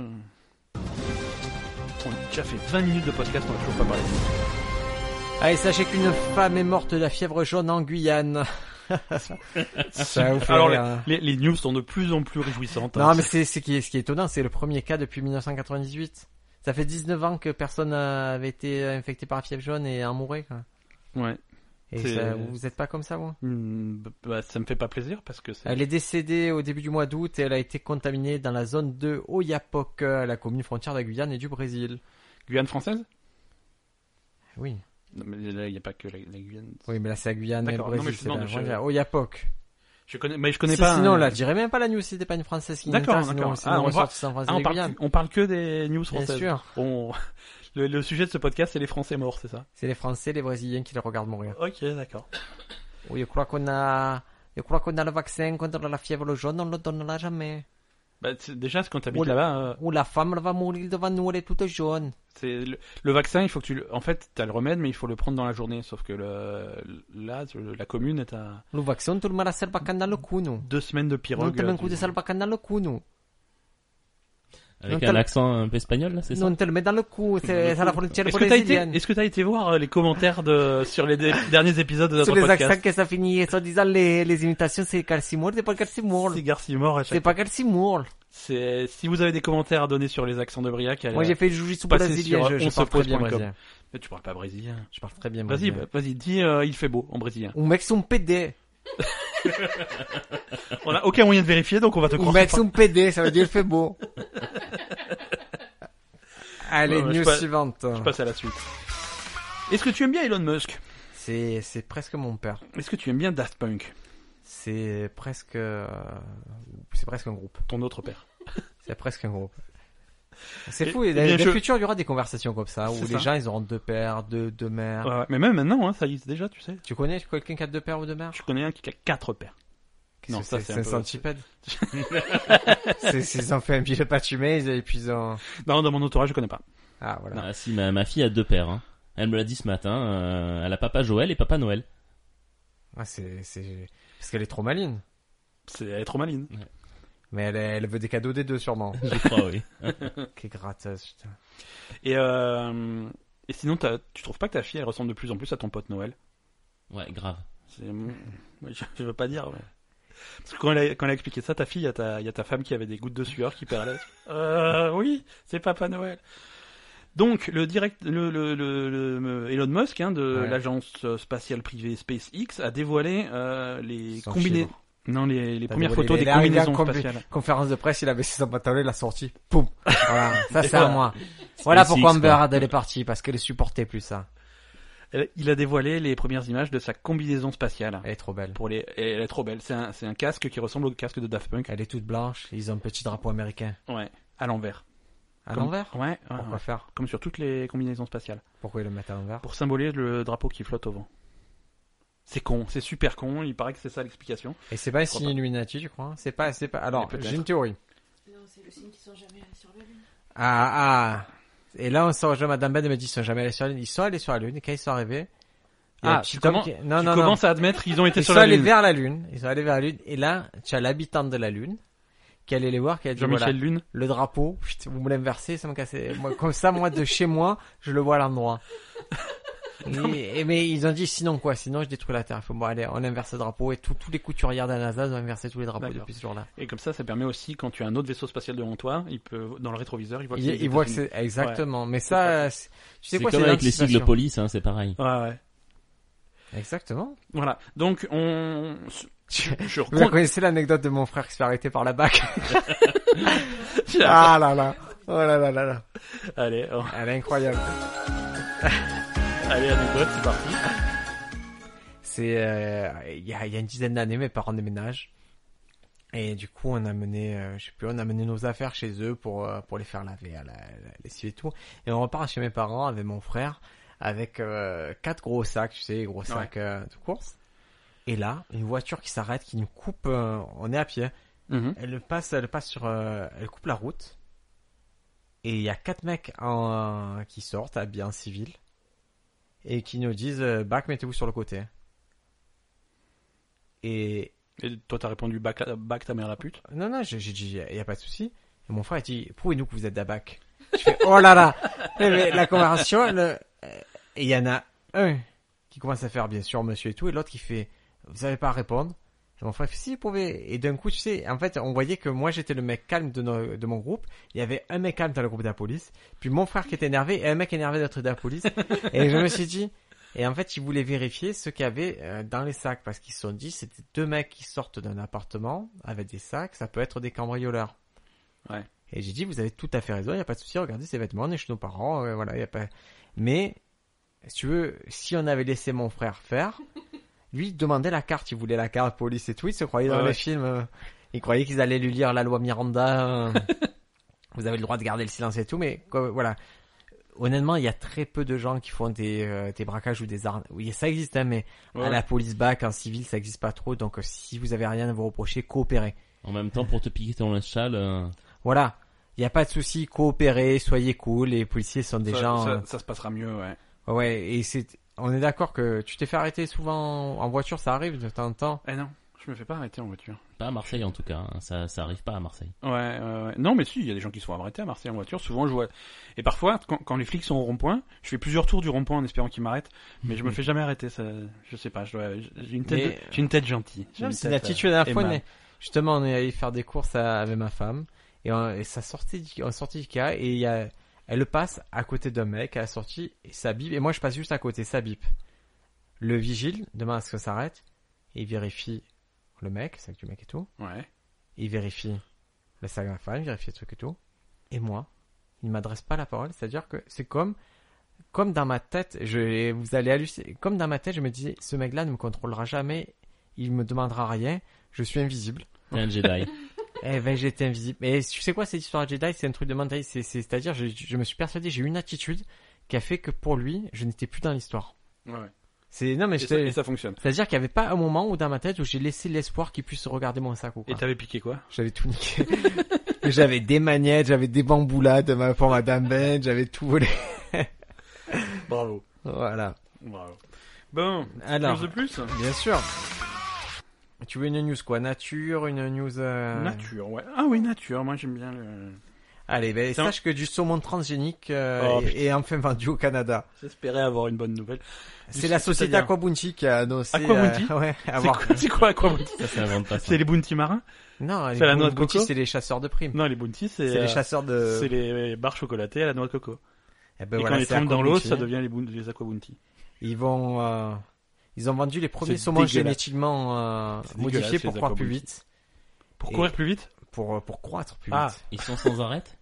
S1: on a déjà fait 20 minutes de podcast, on a toujours pas parlé.
S2: Allez, sachez qu'une femme est morte de la fièvre jaune en Guyane. Ça vous fait
S1: Alors,
S2: rire, hein.
S1: Les, les news sont de plus en plus réjouissantes. hein.
S2: Non, mais c'est c'est qui- ce qui est étonnant, c'est le premier cas depuis 1998. Ça fait 19 ans que personne euh, avait été infecté par la fièvre jaune et en mourait. Quoi.
S1: Ouais.
S2: Et
S1: C'est-
S2: ça- vous êtes pas comme ça, vous
S1: Hmm, bah, ça me fait pas plaisir parce que c'est.
S2: Elle est décédée au début du mois d'août et elle a été contaminée dans la zone de Oyapock, euh, la commune frontière de la Guyane et du Brésil.
S1: Guyane française
S2: Oui.
S1: Non, mais là, il n'y a pas que la, la Guyane.
S2: Oui, mais là, c'est la Guyane et le
S1: D'accord, non, mais
S2: Brésil.
S1: je
S2: c'est
S1: demande,
S2: la
S1: je-
S2: frontière. Oyapock.
S1: Je connais, mais je connais
S2: Si,
S1: pas. hein. Ah,
S2: Sinon,
S1: un-
S2: là, je dirais même pas la news si c'était pas une française qui
S1: D'accord,
S2: nous intéresse,
S1: d'accord.
S2: sinon- sinon
S1: Ah, on
S2: on
S1: voit-
S2: ressortissait en français
S1: Ah, on,
S2: de Guyane.
S1: parle, on parle que des news
S2: Bien
S1: françaises.
S2: sûr.
S1: On... Le, le sujet de ce podcast, c'est les Français morts, c'est ça
S2: C'est les Français, les Brésiliens qui les regardent mourir.
S1: Ok, d'accord.
S2: Oui, je crois qu'on a, je crois qu'on a le vaccin contre la fièvre jaune, on ne le donnera jamais.
S1: Bah, c'est- déjà, quand t'habites
S2: Oula.
S1: là-bas, euh,
S2: Ou la femme elle va mourir devant nous, elle est toute jaune.
S1: c'est le, le vaccin, il faut que tu. le- En fait, t'as le remède, mais il faut le prendre dans la journée. Sauf que le, là, le- la commune est à
S2: Le vaccin, tout le monde a salbacan dans le cou, nous.
S1: deux semaines de
S2: Non,
S1: pirogue. euh,
S2: t'as un
S1: du-
S2: coup de salbacan dans le cou, nous.
S4: Avec
S2: Non,
S4: un
S2: t'as-
S4: accent un peu espagnol, là, c'est ça
S2: Non, te le met dans le cou, c'est c'est à la frontière
S1: Est-ce que t'as été,
S2: brésilienne.
S1: est-ce que t'as été voir euh, les commentaires de, sur les dé- derniers épisodes de notre
S2: Sous les
S1: podcast
S2: accents que ça finit, en disant les, les imitations, c'est Calcimore, c'est pas Calcimore.
S1: C'est Garcimore à chaque
S2: C'est pas Calcimore.
S1: C'est si vous avez des commentaires à donner sur les accents de Briac, allez,
S2: Moi, j'ai fait le jiu-jitsu
S1: passer
S2: brésilien,
S1: sur
S2: je, je
S1: on se
S2: parle très
S1: pose
S2: bien
S1: point com.
S2: brésilien.
S1: Mais tu parles pas brésilien.
S2: Je parle très bien
S1: Vas-y,
S2: brésilien.
S1: bah, vas-y, dis euh, il fait beau en brésilien.
S2: Ou mec, son PD.
S1: On a aucun moyen de vérifier, donc on va te
S2: Ou
S1: croire.
S2: mec, son PD, ça veut dire il fait beau. Allez,
S1: Ouais, ouais, je
S2: Eh, news
S1: passe-
S2: suivante.
S1: Je passe à la suite. Est-ce que tu aimes bien Elon Musk
S2: C'est, c'est presque mon père.
S1: Est-ce que tu aimes bien Daft Punk,
S2: C'est presque, euh, c'est presque un groupe.
S1: ton autre père
S2: C'est presque un groupe. C'est
S1: Et-
S2: fou.
S1: et
S2: Et, dans
S1: bien
S2: dans
S1: je-
S2: le futur, il y aura des conversations comme ça
S1: C'est
S2: où
S1: ça.
S2: les gens, ils auront deux pères, deux, deux mères.
S1: Ouais, ouais. Mais même maintenant, hein, ça existe déjà, tu sais.
S2: Tu connais quelqu'un qui a deux pères ou deux mères
S1: Je connais un qui a quatre pères.
S2: Qu'est-ce
S1: Non,
S2: que
S1: ça, c'est un
S2: c'est
S1: peu-
S2: centipède. c'est, c'est, ils ont fait un billet patumé et puis ils ont.
S1: Non, dans mon entourage, je connais pas.
S2: Ah voilà.
S4: Ah, si, ma, ma fille a deux pères. hein. Elle me l'a dit ce matin. euh, elle a Papa Joël et Papa Noël.
S2: Ah, c'est, c'est parce qu'elle est trop maline.
S1: C'est être maline.
S2: Mais elle, elle veut des cadeaux des deux sûrement.
S4: Je crois, oui.
S2: qui est gratteuse. Putain.
S1: Et euh, et sinon, t'as- tu trouves pas que ta fille, elle ressemble de plus en plus à ton pote Noël
S4: Ouais, grave.
S1: C'est- Ouais, je, je veux pas dire. ouais. Parce que quand elle a, quand elle a expliqué ça, ta fille, il y, a ta- il y a ta femme qui avait des gouttes de sueur qui perlaient. euh, oui, c'est Papa Noël. Donc, le direct, le, le, le- le- Elon Musk hein, de
S2: Ouais.
S1: l'agence spatiale privée SpaceX a dévoilé euh, les
S2: Son
S1: combinaisons.
S2: chiffre.
S1: Non, les, les
S2: T'as
S1: premières
S2: dévoilé
S1: photos
S2: les-
S1: des
S2: la regarde
S1: combinaisons
S2: combi-
S1: spatiales.
S2: Conférence de presse, il a baissé son pantalon, il a sorti. Poum. Voilà. Ça, c'est à
S1: voilà.
S2: moi. Voilà
S4: SpaceX,
S2: pourquoi Amber
S4: quoi.
S2: Heard, elle est partie. Parce qu'elle supportait plus ça.
S1: Elle- Il a dévoilé les premières images de sa combinaison spatiale.
S2: Elle est trop belle.
S1: Pour les... Elle est trop belle. C'est un, c'est un casque qui ressemble au casque de Daft Punk.
S2: Elle est toute blanche. Ils ont un petit drapeau américain.
S1: Ouais, à l'envers.
S2: À
S1: Comme-
S2: l'envers?
S1: Ouais, ouais,
S2: Pourquoi
S1: ouais.
S2: faire?
S1: Comme sur toutes les combinaisons spatiales.
S2: Pourquoi ils le mettent à l'envers?
S1: Pour symboliser le drapeau qui flotte au vent. C'est con, c'est super con, il paraît que c'est ça l'explication.
S2: Et c'est pas un
S1: Pourquoi
S2: signe
S1: pas
S2: Illuminati, tu crois? hein C'est pas, c'est pas, alors,
S1: Mais peut-être.
S2: j'ai une théorie.
S3: Non, c'est le signe qu'ils sont jamais allés sur la Lune.
S2: Ah, ah. Et là, on se rejoint, Madame Ben, elle me dit, ils sont jamais allés sur la Lune. Ils sont allés sur la Lune, et quand ils sont arrivés, il y a
S1: Ah,
S2: un petit
S1: tu
S2: homme
S1: commen-
S2: qui- non,
S1: tu
S2: non, non.
S1: commences à admettre qu'ils ont été
S2: Ils
S1: sur
S2: sont
S1: la
S2: allés
S1: Lune.
S2: vers la Lune. Ils sont allés vers la Lune. Et là, tu as l'habitante de la Lune, qui allait les voir, qui a dit,
S1: Jean-Michel
S2: voilà,
S1: Lune.
S2: le drapeau, chut, vous me l'inversez, ça me cassait. Moi, comme ça, moi, de chez moi, je le vois à l'endroit. Et, et- mais ils ont dit sinon quoi Sinon je détruis la Terre. Il faut bon allez, on inverse le drapeau et tout- tous les couturières de la NASA ils ont inversé tous les drapeaux
S1: D'accord.
S2: depuis ce jour-là.
S1: Et comme ça, ça permet aussi, quand tu as un autre vaisseau spatial devant toi, il peut, dans le rétroviseur, il voit que
S2: Ils
S1: c'est les
S2: ils voient que
S1: États-Unis.
S2: c'est exactement. Mais
S1: pas
S2: ça, c'est- tu sais
S4: C'est
S2: quoi
S4: comme avec les
S2: l'anticipation.
S4: sigles police, hein, c'est pareil.
S1: Ouais, ouais.
S2: Exactement.
S1: Voilà. Donc, on... Je
S2: Vous
S1: reprends-
S2: connaissez l'anecdote de mon frère qui se fait arrêter par la BAC Ah là là. Oh là là là là.
S1: Allez, on-
S2: Elle est incroyable.
S1: allez, anecdote, c'est parti.
S2: C'est euh, il y, a, il y a une dizaine d'années, mes parents déménagent. Et du coup, on a mené, euh, je sais plus, on a mené nos affaires chez eux pour euh, pour les faire laver, à la, la lessive et tout. Et on repart chez mes parents avec mon frère, avec euh, quatre gros sacs, tu sais, les gros sacs euh, de course. Et là, une voiture qui s'arrête, qui nous coupe, euh, on est à pied.
S1: Mhm.
S2: Elle passe, elle passe sur, euh, elle coupe la route. Et il y a quatre mecs en- qui sortent habillés en civil et qui nous disent euh, Bac, mettez-vous sur le côté. Et
S1: Et toi, t'as répondu bac, bac ta mère la pute.
S2: non, non, j'ai j'ai dit il y a pas de souci. Et mon frère il dit prouvez-nous que vous êtes d'Abac. Je fais oh là là. Mais, mais la conversation, elle, euh, et il y en a un qui commence à faire bien sûr monsieur et tout, et l'autre qui fait vous savez pas à répondre. Et mon frère fait si vous pouvez. Et d'un coup, tu sais, en fait, on voyait que moi j'étais le mec calme de, nos- de mon groupe. Il y avait un mec calme dans le groupe de la police, puis mon frère qui était énervé et un mec énervé d'autre de la police. et je me suis dit. Et en fait, ils voulaient vérifier ce qu'il y avait euh, dans les sacs parce qu'ils se sont dit c'était deux mecs qui sortent d'un appartement avec des sacs, ça peut être des cambrioleurs.
S1: Ouais.
S2: Et j'ai dit vous avez tout à fait raison, il y a pas de souci, regardez ces vêtements, on est chez nos parents, euh, voilà, il y a pas. Mais si tu veux, si on avait laissé mon frère faire, lui il demandait la carte, il voulait la carte police et tout, il se croyait dans
S1: Ouais,
S2: les
S1: ouais.
S2: films, euh, il croyait qu'ils allaient lui lire la loi Miranda. euh, vous avez le droit de garder le silence et tout, mais quoi, voilà. Honnêtement, il y a très peu de gens qui font des, euh, des braquages ou des armes. Oui, ça existe, hein, mais à
S1: Ouais.
S2: la police bac, en civil, ça existe pas trop. Donc, euh, si vous avez rien à vous reprocher, coopérez.
S4: En même temps, pour te piquer ton linge sale, euh,
S2: Voilà. Il n'y a pas de souci, coopérez, soyez cool. Les policiers sont des
S1: ça,
S2: gens.
S1: ça- ça se passera mieux, ouais.
S2: euh, Ouais, et c'est. On est d'accord que tu t'es fait arrêter souvent en voiture, ça arrive de temps en temps.
S1: Eh non, je me fais pas arrêter en voiture.
S4: pas à Marseille en tout cas, hein, ça, ça arrive pas à Marseille.
S1: Ouais, ouais, ouais. non, mais si, il y a des gens qui sont arrêtés à Marseille en voiture. Souvent, je vois. Et parfois, quand, quand les flics sont au rond-point, je fais plusieurs tours du rond-point en espérant qu'ils m'arrêtent, mais je me fais jamais arrêter. Ça, je sais pas. je dois- J'ai une tête,
S2: Mais-
S1: de- j'ai une tête gentille. J'ai une
S2: Non, mais C'est
S1: tête,
S2: l'attitude à la
S1: euh,
S2: fois. on
S1: aimable.
S2: est- Justement, on est allé faire des courses à- avec ma femme et, on- et ça sortait, du- on sortit du cas et il y a, elle passe à côté d'un mec à la sortie et ça bip et moi je passe juste à côté, ça bip. Le vigile demande à ce que ça s'arrête et il vérifie le mec, le sac du mec et tout.
S1: Ouais.
S2: Il vérifie le sac de ma femme, il vérifie le truc et tout. Et moi, il m'adresse pas la parole, c'est-à-dire que c'est comme, comme dans ma tête, je, vous allez halluciner, comme dans ma tête, je me disais, ce mec-là ne me contrôlera jamais, il me demandera rien, je suis invisible.
S4: T'es un Jedi.
S2: Eh ben, j'étais invisible. Mais tu sais quoi, cette histoire de Jedi, c'est un truc de mental, c'est, c'est, c'est-à-dire, je, je me suis persuadé, j'ai eu une attitude qui a fait que pour lui, je n'étais plus dans l'histoire.
S1: ouais, ouais.
S2: C'est, non, mais
S1: Et, ça,
S2: j'étais-
S1: et ça fonctionne.
S2: c'est-à-dire qu'il n'y avait pas un moment où dans ma tête où j'ai laissé l'espoir qu'il puisse regarder mon sac ou quoi.
S1: Et t'avais piqué quoi
S2: J'avais tout niqué. j'avais des magnettes, j'avais des bamboulades ma- pour Madame Ben, j'avais tout volé.
S1: Bravo.
S2: Voilà.
S1: Bravo. Bon.
S2: Alors,
S1: Chose de plus
S2: bien sûr. Tu veux une news quoi Nature, une news... euh,
S1: Nature, ouais. Ah oui, nature. Moi, j'aime bien le.
S2: Allez, ben,
S1: Tiens.
S2: sache que du saumon transgénique euh,
S1: Oh,
S2: est- est, enfin vendu au Canada.
S1: J'espérais avoir une bonne nouvelle.
S2: C'est la société
S1: c'est-à-dire-
S2: Aquabunchi qui a annoncé...
S1: Aquabunchi
S2: euh, ouais,
S1: C'est
S2: avoir...
S1: quoi, c'est quoi Aqua Bounty
S4: Ça, c'est la vente
S1: C'est les bounty marins
S2: Non, les
S1: C'est la noix de
S2: Aquabunchi,
S1: coco
S2: c'est les chasseurs de primes.
S1: Non, les bounty, c'est
S2: C'est
S1: euh,
S2: les chasseurs de...
S1: c'est les euh, barres chocolatées à la noix de coco.
S2: Eh ben
S1: Et
S2: voilà,
S1: quand ils
S2: c'est
S1: tombent dans l'eau,
S2: Aquabunchi.
S1: ça devient les, boun- les Aqua Bounty.
S2: Ils vont... euh, Ils ont vendu les premiers
S1: C'est
S2: saumons
S1: dégueulasse.
S2: génétiquement euh,
S1: C'est
S2: modifiés
S1: dégueulasse,
S2: pour
S1: les
S2: croître plus
S1: Aquabunchi.
S2: vite.
S1: Pour
S2: Et-
S1: courir plus vite
S2: Pour, euh, pour croître plus
S1: Ah.
S2: vite.
S4: Ils sont sans arrête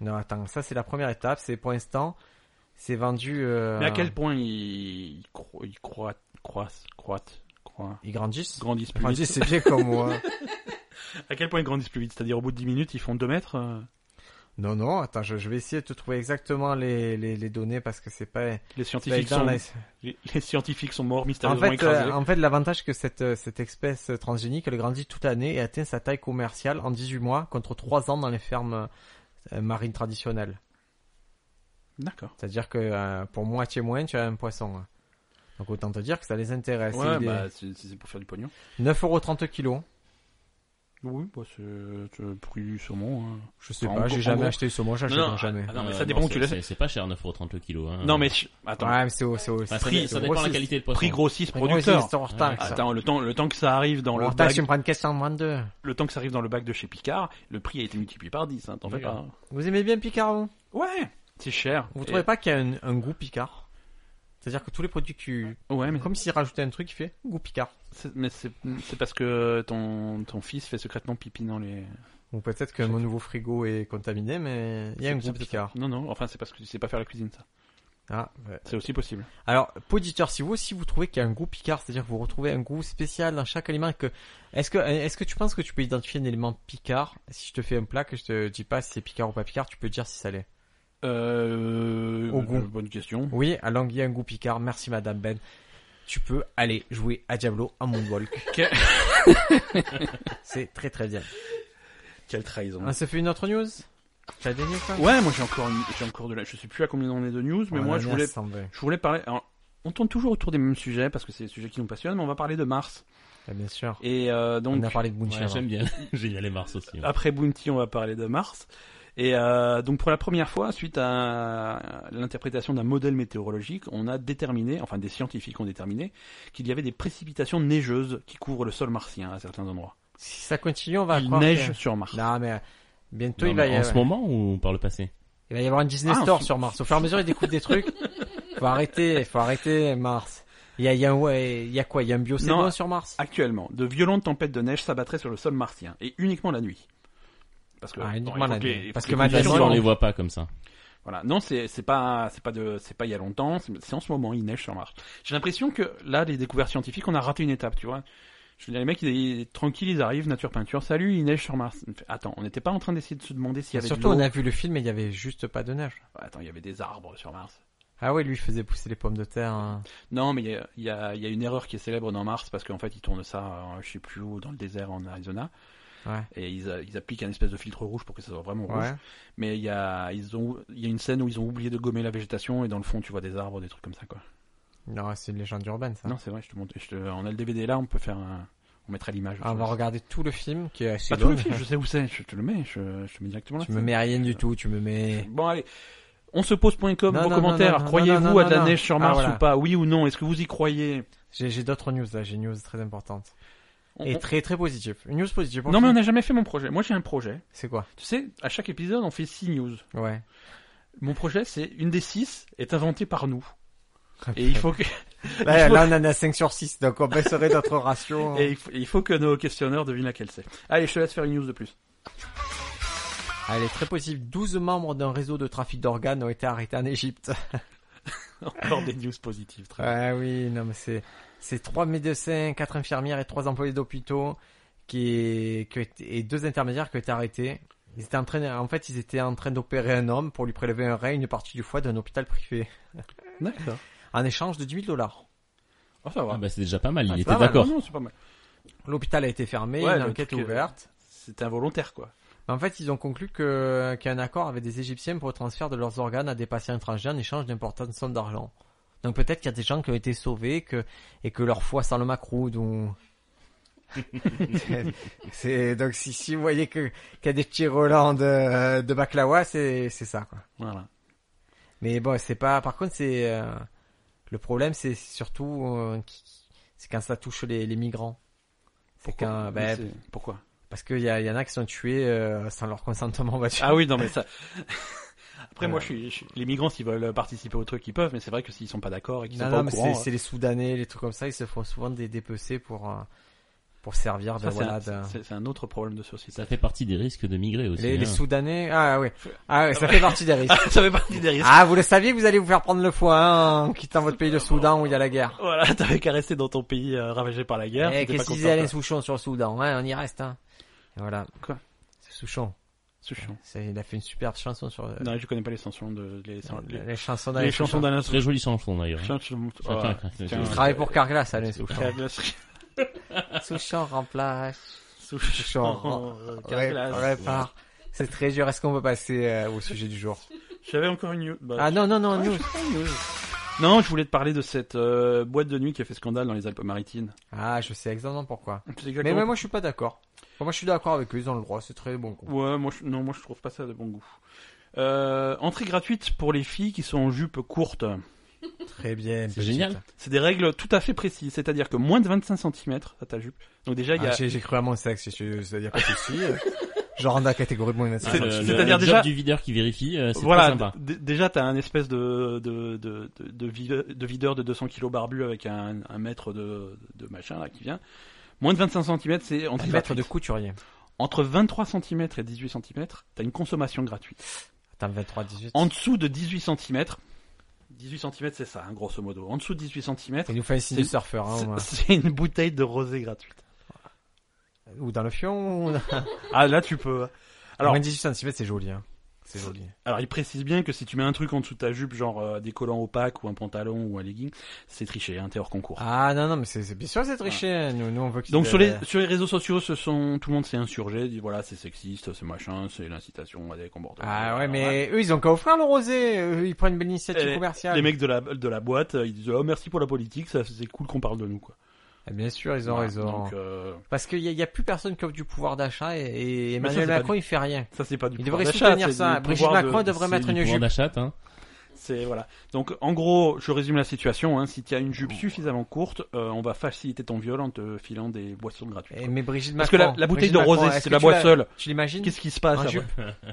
S2: Non, attends, ça c'est la première étape. C'est pour l'instant, c'est vendu... euh,
S1: Mais à quel point ils, ils, cro- ils croient, croissent, croissent, croissent,
S2: Ils grandissent
S1: grandissent plus
S2: Grandissent,
S1: vite
S2: c'est bien comme moi.
S1: À quel point ils grandissent plus vite C'est-à-dire au bout de 10 minutes, ils font 2 mètres euh,
S2: Non, non, attends, je, je vais essayer de te trouver exactement les, les, les données parce que c'est pas...
S1: Les
S2: c'est pas
S1: scientifiques,
S2: évident,
S1: sont,
S2: là.
S1: les, les scientifiques sont morts
S2: Ben, En
S1: mystérieusement
S2: fait,
S1: écrasés.
S2: euh, en fait, l'avantage que cette, euh, cette espèce transgénique, elle grandit toute l'année et atteint sa taille commerciale en 18 mois contre 3 ans dans les fermes euh, marines traditionnelles.
S1: D'accord.
S2: C'est-à-dire que euh, pour moitié moins, tu as un poisson. hein. Donc autant te dire que ça les intéresse.
S1: Ouais,
S2: Il est
S1: bah, c'est c'est pour faire du pognon.
S2: 9,30€ kilo.
S1: Oui, bah, c'est c'est le prix du saumon. hein.
S2: Je sais
S1: En
S2: pas,
S1: gros-
S2: j'ai
S1: en
S2: jamais
S1: gros-
S2: acheté ce saumon, j'achète
S1: Non, non,
S2: jamais.
S1: ah, non, mais
S4: Euh,
S1: ça dépend où
S4: c'est-
S1: tu l'achètes.
S4: c'est- C'est pas cher, 9,30€ le kilo. Hein.
S1: Non, mais je- attends. Bah,
S2: ouais, mais c'est au, c'est au-
S4: Enfin, ça,
S1: prix-
S4: dé- ça dépend de la
S2: grossiste.
S4: qualité de poisson.
S1: Prix grossiste
S2: Après, moi aussi,
S1: producteur.
S2: c'est en retard.
S4: Ouais,
S2: ça.
S1: Attends, le temps, le temps que ça arrive dans
S2: En
S1: le
S2: retard,
S1: bag,
S2: tu me prends une 422.
S1: le temps que ça arrive dans le bac de chez Picard, le prix a été multiplié par 10, hein, t'en fais
S4: Oui,
S1: pas.
S4: hein.
S1: hein.
S2: Vous aimez bien Picard, vous
S1: Ouais, c'est cher.
S2: Vous
S1: Et-
S2: trouvez pas qu'il y a un, un goût Picard C'est-à-dire que tous les produits que tu...
S1: Ouais, mais
S2: Comme s'il rajoutait un truc, il fait goût Picard.
S1: c'est- mais c'est c'est parce que ton ton fils fait secrètement pipi dans les
S2: Ou peut-être que mon nouveau frigo est contaminé, mais il y a un
S1: C'est-
S2: goût
S1: c'est-
S2: Picard.
S1: Non non, enfin c'est parce que tu sais pas faire la cuisine ça.
S2: Ah, ouais.
S1: C'est aussi possible.
S2: Alors, poditeur, si vous aussi vous trouvez qu'il y a un goût Picard, c'est-à-dire que vous retrouvez un goût spécial dans chaque aliment, et que est-ce que est-ce que tu penses que tu peux identifier un élément Picard Si je te fais un plat que je te dis pas si c'est Picard ou pas Picard, tu peux dire si ça l'est.
S1: Euh,
S2: Au goût.
S1: bonne question.
S2: Oui, à langue, il y a un goût Picard. Merci, Madame Ben. Tu peux aller jouer à Diablo en Moonwalk.
S1: Ok.
S2: c'est très très bien.
S1: Quelle trahison.
S2: On se fait une autre news T'as gagné quoi
S1: Ouais, moi j'ai encore une- j'ai encore de la je sais plus à combien on est de news, mais
S2: On en
S1: moi
S2: a
S1: je
S2: mis
S1: voulais
S2: 120.
S1: je voulais parler alors, on tourne toujours autour des mêmes sujets parce que c'est les sujets qui nous passionnent, mais on va parler de Mars.
S2: Ah, bien sûr.
S1: Et euh, donc
S2: On a parlé de
S4: Ouais,
S2: Moonshine.
S4: J'aime bien. J'ai y les Mars aussi. hein.
S1: Après Bounty, on va parler de Mars. Et euh, donc pour la première fois, suite à l'interprétation d'un modèle météorologique, on a déterminé, enfin des scientifiques ont déterminé, qu'il y avait des précipitations neigeuses qui couvrent le sol martien à certains endroits.
S2: si ça continue, on va
S1: Il
S2: croire
S1: neige
S2: que-
S1: sur Mars.
S2: Non mais bientôt
S4: Non,
S2: il, va
S4: mais
S2: y
S4: en ce
S2: avoir...
S4: moment ou par le passé
S2: il va y avoir une Disney
S1: Ah, en
S2: Store
S1: ce-
S2: sur Mars. Au fur et à mesure, il découvre des trucs. Faut arrêter, faut arrêter Mars. Il y a, il y a, un- ouais, il y a quoi Il y a un biocéno
S1: Non. Ah,
S2: sur Mars
S1: Actuellement, de violentes tempêtes de neige s'abattraient sur le sol martien, et uniquement la nuit. Parce que,
S2: Ah, uniquement
S1: il faut
S2: la
S1: que les-
S2: nuit.
S1: faut
S2: Parce
S1: les
S2: que Madeleine
S1: conditions-
S2: Sur-
S4: on les voit pas comme ça.
S1: Voilà. Non, c'est c'est pas c'est pas de c'est pas il y a longtemps, c'est c'est en ce moment, il neige sur Mars. J'ai l'impression que là les découvertes scientifiques, on a raté une étape, tu vois. Je veux dire les mecs ils, tranquilles, ils arrivent nature peinture, salut, il neige sur Mars. Attends, on n'était pas en train d'essayer de se demander s'il y avait de
S2: Surtout,
S1: l'eau.
S2: on a vu le film et il y avait juste pas de neige.
S1: Attends, il y avait des arbres sur Mars.
S2: Ah ouais, lui il faisait pousser les pommes de terre. hein.
S1: Non, mais il y a, il y, a, il y a une erreur qui est célèbre dans Mars parce qu'en fait ils tournent ça, euh, je sais plus où, dans le désert en Arizona
S2: Ouais.
S1: et ils, euh, ils appliquent un espèce de filtre rouge pour que ça soit vraiment rouge.
S2: Ouais.
S1: Mais il y a ils ont il y a une scène où ils ont oublié de gommer la végétation et dans le fond tu vois des arbres, des trucs comme ça quoi.
S2: Non, c'est une légende urbaine ça.
S1: Non, c'est vrai, je te montre. je te- On a le DVD là, on peut faire un. On mettra l'image. Bah,
S2: Ah, on va regarder tout le film qui est assez
S1: Pas tout
S2: long.
S1: le film, je sais où c'est, je te le mets, je, je te mets directement là.
S2: Tu me mets rien du tout, tu me mets.
S1: Bon, allez. On se pose.com,
S2: Non,
S1: vos
S2: non, non,
S1: commentaires.
S2: non, non,
S1: Croyez-vous
S2: non,
S1: à de la
S2: non.
S1: neige sur
S2: Ah,
S1: Mars
S2: voilà.
S1: ou pas Oui ou non Est-ce que vous y croyez
S2: J'ai j'ai d'autres news là, j'ai une news très importante.
S1: On-
S2: Et
S1: on-
S2: très très positive. Une news positive. on
S1: Non, mais on
S2: finit
S1: n'a jamais fait mon projet. Moi, j'ai un projet.
S2: C'est quoi
S1: Tu sais, à chaque épisode, on fait six news.
S2: Ouais.
S1: Mon projet, c'est une des six est inventée par nous. Et il faut que,
S2: Là,
S1: Il faut-
S2: là, on en a 5 sur 6, donc on baisserait notre ratio.
S1: et il faut, il faut que nos questionneurs devinent laquelle c'est. Allez, je te laisse faire une news de plus.
S2: Elle est très possible. 12 membres d'un réseau de trafic d'organes ont été arrêtés en Égypte.
S1: Encore des news positives. Très bien.
S2: Ah oui, non, mais c'est, c'est trois médecins, quatre infirmières et trois employés d'hôpitaux qui, qui ont été- et deux intermédiaires qui ont été arrêtés. Ils étaient en train, en fait, ils étaient en train d'opérer un homme pour lui prélever un rein, une partie du foie d'un hôpital privé.
S1: D'accord.
S2: En échange de 10 000 dollars.
S1: Oh, ça va.
S4: Ah bah c'est déjà pas mal,
S2: Ah,
S4: il
S2: c'est
S4: était
S2: pas mal,
S4: d'accord.
S1: Non, non, c'est pas mal.
S2: L'hôpital a été fermé,
S1: Ouais,
S2: une
S1: le
S2: enquête est
S1: truc, euh,
S2: ouverte.
S1: C'était involontaire, quoi.
S2: Bah, En fait, ils ont conclu que, qu'il y a un accord avec des Égyptiens pour le transfert de leurs organes à des patients étrangers en échange d'importantes sommes d'argent. Donc peut-être qu'il y a des gens qui ont été sauvés que, et que leur foie sent le macroude ou... c'est donc si, si vous voyez que qu'il y a des petits Roland de, de baklawa, c'est c'est ça quoi.
S1: Voilà.
S2: Mais bon, c'est pas. Par contre, c'est euh, le problème, c'est surtout euh, qui- c'est quand ça touche les, les migrants. C'est quand
S1: Mais
S2: ben,
S1: c'est- Pourquoi
S2: parce qu'il y, a- y en a qui sont tués euh, sans leur consentement, on va dire.
S1: Ah oui, non, mais ça. Après,
S2: Voilà.
S1: moi, je suis, je suis- les migrants, s'ils veulent participer au truc, ils peuvent, mais c'est vrai que s'ils sont pas d'accord et qu'ils sont
S2: Non,
S1: pas
S2: non,
S1: au
S2: mais
S1: courant, hein.
S2: c'est c'est les Soudanais, les trucs comme ça, ils se font souvent des dépecés pour euh, pour servir de
S1: ça, c'est
S2: voilà. ben.
S1: un-
S2: de-
S1: c'est c'est un autre problème de société.
S4: Ça fait partie des risques de migrer aussi.
S2: Les, les
S4: hein.
S2: Soudanais, ah oui, ah oui, ça fait partie des risques.
S1: ça fait partie des risques.
S2: Ah, vous le saviez, que vous allez vous faire prendre le foie hein, en quittant votre pays de Soudan où il y a la guerre.
S1: Voilà, t'avais qu'à rester dans ton pays euh, ravagé par la guerre.
S2: Eh,
S1: t'étais pas
S2: qu'est-ce qu'ils
S1: content,
S2: disaient Alain
S1: quoi.
S2: Souchon sur le Soudan hein, On y reste. Hein. Et voilà.
S1: Quoi
S2: C'est Souchon.
S1: C'est chiant.
S2: C'est- Il a fait une superbe chanson sur euh,
S1: Non, je connais pas les chansons de les,
S2: les,
S1: les,
S2: les chansons
S1: les
S2: d'Alain
S1: chansons
S2: Souchon.
S1: d'Alain
S4: Très
S1: Souchon.
S4: jolie chanson d'ailleurs.
S1: Voilà.
S4: Tiens,
S1: Tiens, euh,
S2: Il travaille pour Carglass, Alain Souchon.
S1: Carglass.
S2: Souchon remplace.
S1: Souchon.
S2: Ré-
S1: Carglass.
S2: Répare. C'est très dur. Est-ce qu'on peut passer euh, au sujet du jour
S1: J'avais encore une news. Bah,
S2: Ah non, non, non,
S1: ouais,
S2: nous.
S1: j'ai pas une news. Non, je voulais te parler de cette euh, boîte de nuit qui a fait scandale dans les Alpes-Maritimes.
S2: Ah, je sais exactement pourquoi.
S1: C'est
S2: Mais
S1: exactement-
S2: moi, moi, je suis pas d'accord. Moi, je suis d'accord avec eux. Ils ont le droit. C'est très bon. coup.
S1: Ouais, moi je, non, moi je trouve pas ça de bon goût. Euh, entrée gratuite pour les filles qui sont en jupe courte.
S2: Très bien.
S4: C'est génial.
S1: C'est des règles tout à fait précises, c'est-à-dire que moins de 25 cm à ta jupe. Donc déjà il y
S2: Ah,
S1: a
S2: j'ai, j'ai cru à mon sexe, c'est-à-dire pas de souci. Genre dans la catégorie de moins de
S4: Ah,
S2: 25.
S1: C'est-
S4: le-
S1: c'est-
S4: le-
S1: c'est-à-dire
S4: le job
S1: déjà-
S4: du videur qui vérifie, euh, c'est
S1: voilà,
S4: très sympa.
S1: d- d- déjà t'as un espèce de de, de, de, de vide- de videur de 200 kilos barbu avec un, un mètre de, de machin là qui vient. Moins de 25 cm, c'est
S2: Un
S1: entre,
S2: mètre de couturier.
S1: entre 23 cm et 18 cm, t'as une consommation gratuite.
S2: Attends, 23, 18.
S1: En dessous de 18 cm, 18 cm c'est ça, hein, grosso modo. En dessous de 18 cm,
S2: Il nous fait un signe
S1: C'est-
S2: du surfeur, hein,
S1: c'est-
S2: au moins.
S1: c'est une bouteille de rosée gratuite.
S2: Ou dans le fion, ou...
S1: Ah là tu peux. hein. Alors-
S2: Alors, moins 18 cm, c'est joli, hein. C'est joli.
S1: Alors il précise bien que si tu mets un truc en dessous de ta jupe, genre euh, des collants opaques ou un pantalon ou un legging, c'est triché, hein, t'es hors concours.
S2: Ah, non, non, mais c'est, c'est bien sûr, c'est triché. hein. Nous, nous, on veut qu'ils
S1: Donc
S2: aient-
S1: sur les, sur les réseaux sociaux, ce sont, tout le monde s'est insurgé, dit voilà, c'est sexiste, c'est machin, c'est l'incitation à des comportements.
S2: Ah ouais,
S1: Alors,
S2: mais eux, ils ont qu'à offrir le rosé. Eux, ils prennent une belle
S1: Eh,
S2: initiative
S1: ouais.
S2: commerciale.
S1: Les mecs de la, de la boîte, euh, ils disent oh merci pour la politique, ça c'est cool qu'on parle de nous quoi.
S2: Ah, bien sûr, ils ont
S1: Voilà,
S2: raison.
S1: Donc euh,
S2: Parce qu'il y, a- il y a plus personne qui offre du pouvoir d'achat et, et
S1: Mais ça,
S2: Emmanuel
S1: c'est pas
S2: Macron, il fait rien.
S1: ça c'est pas du
S2: Il
S1: pouvoir
S2: devrait
S1: d'achat,
S2: soutenir
S1: c'est
S2: ça.
S1: du
S2: Brigitte
S1: pouvoir de-
S2: Macron devrait
S4: C'est
S2: mettre
S4: du
S2: une
S4: pouvoir
S2: jupe.
S4: d'achat, hein.
S1: C'est voilà. Donc en gros, je résume la situation. Hein, si tu as une jupe suffisamment courte, euh, on va faciliter ton viol en te filant des boissons gratuites.
S2: Eh, Mais Brigitte
S1: Parce que
S2: Macron.
S1: la, la bouteille
S2: Brigitte
S1: de
S2: Macron,
S1: rosée,
S2: est-ce
S1: c'est
S2: que
S1: la
S2: tu
S1: boîte seule.
S2: Tu l'imagines
S1: Qu'est-ce qui se passe
S2: En
S1: après
S2: jupe.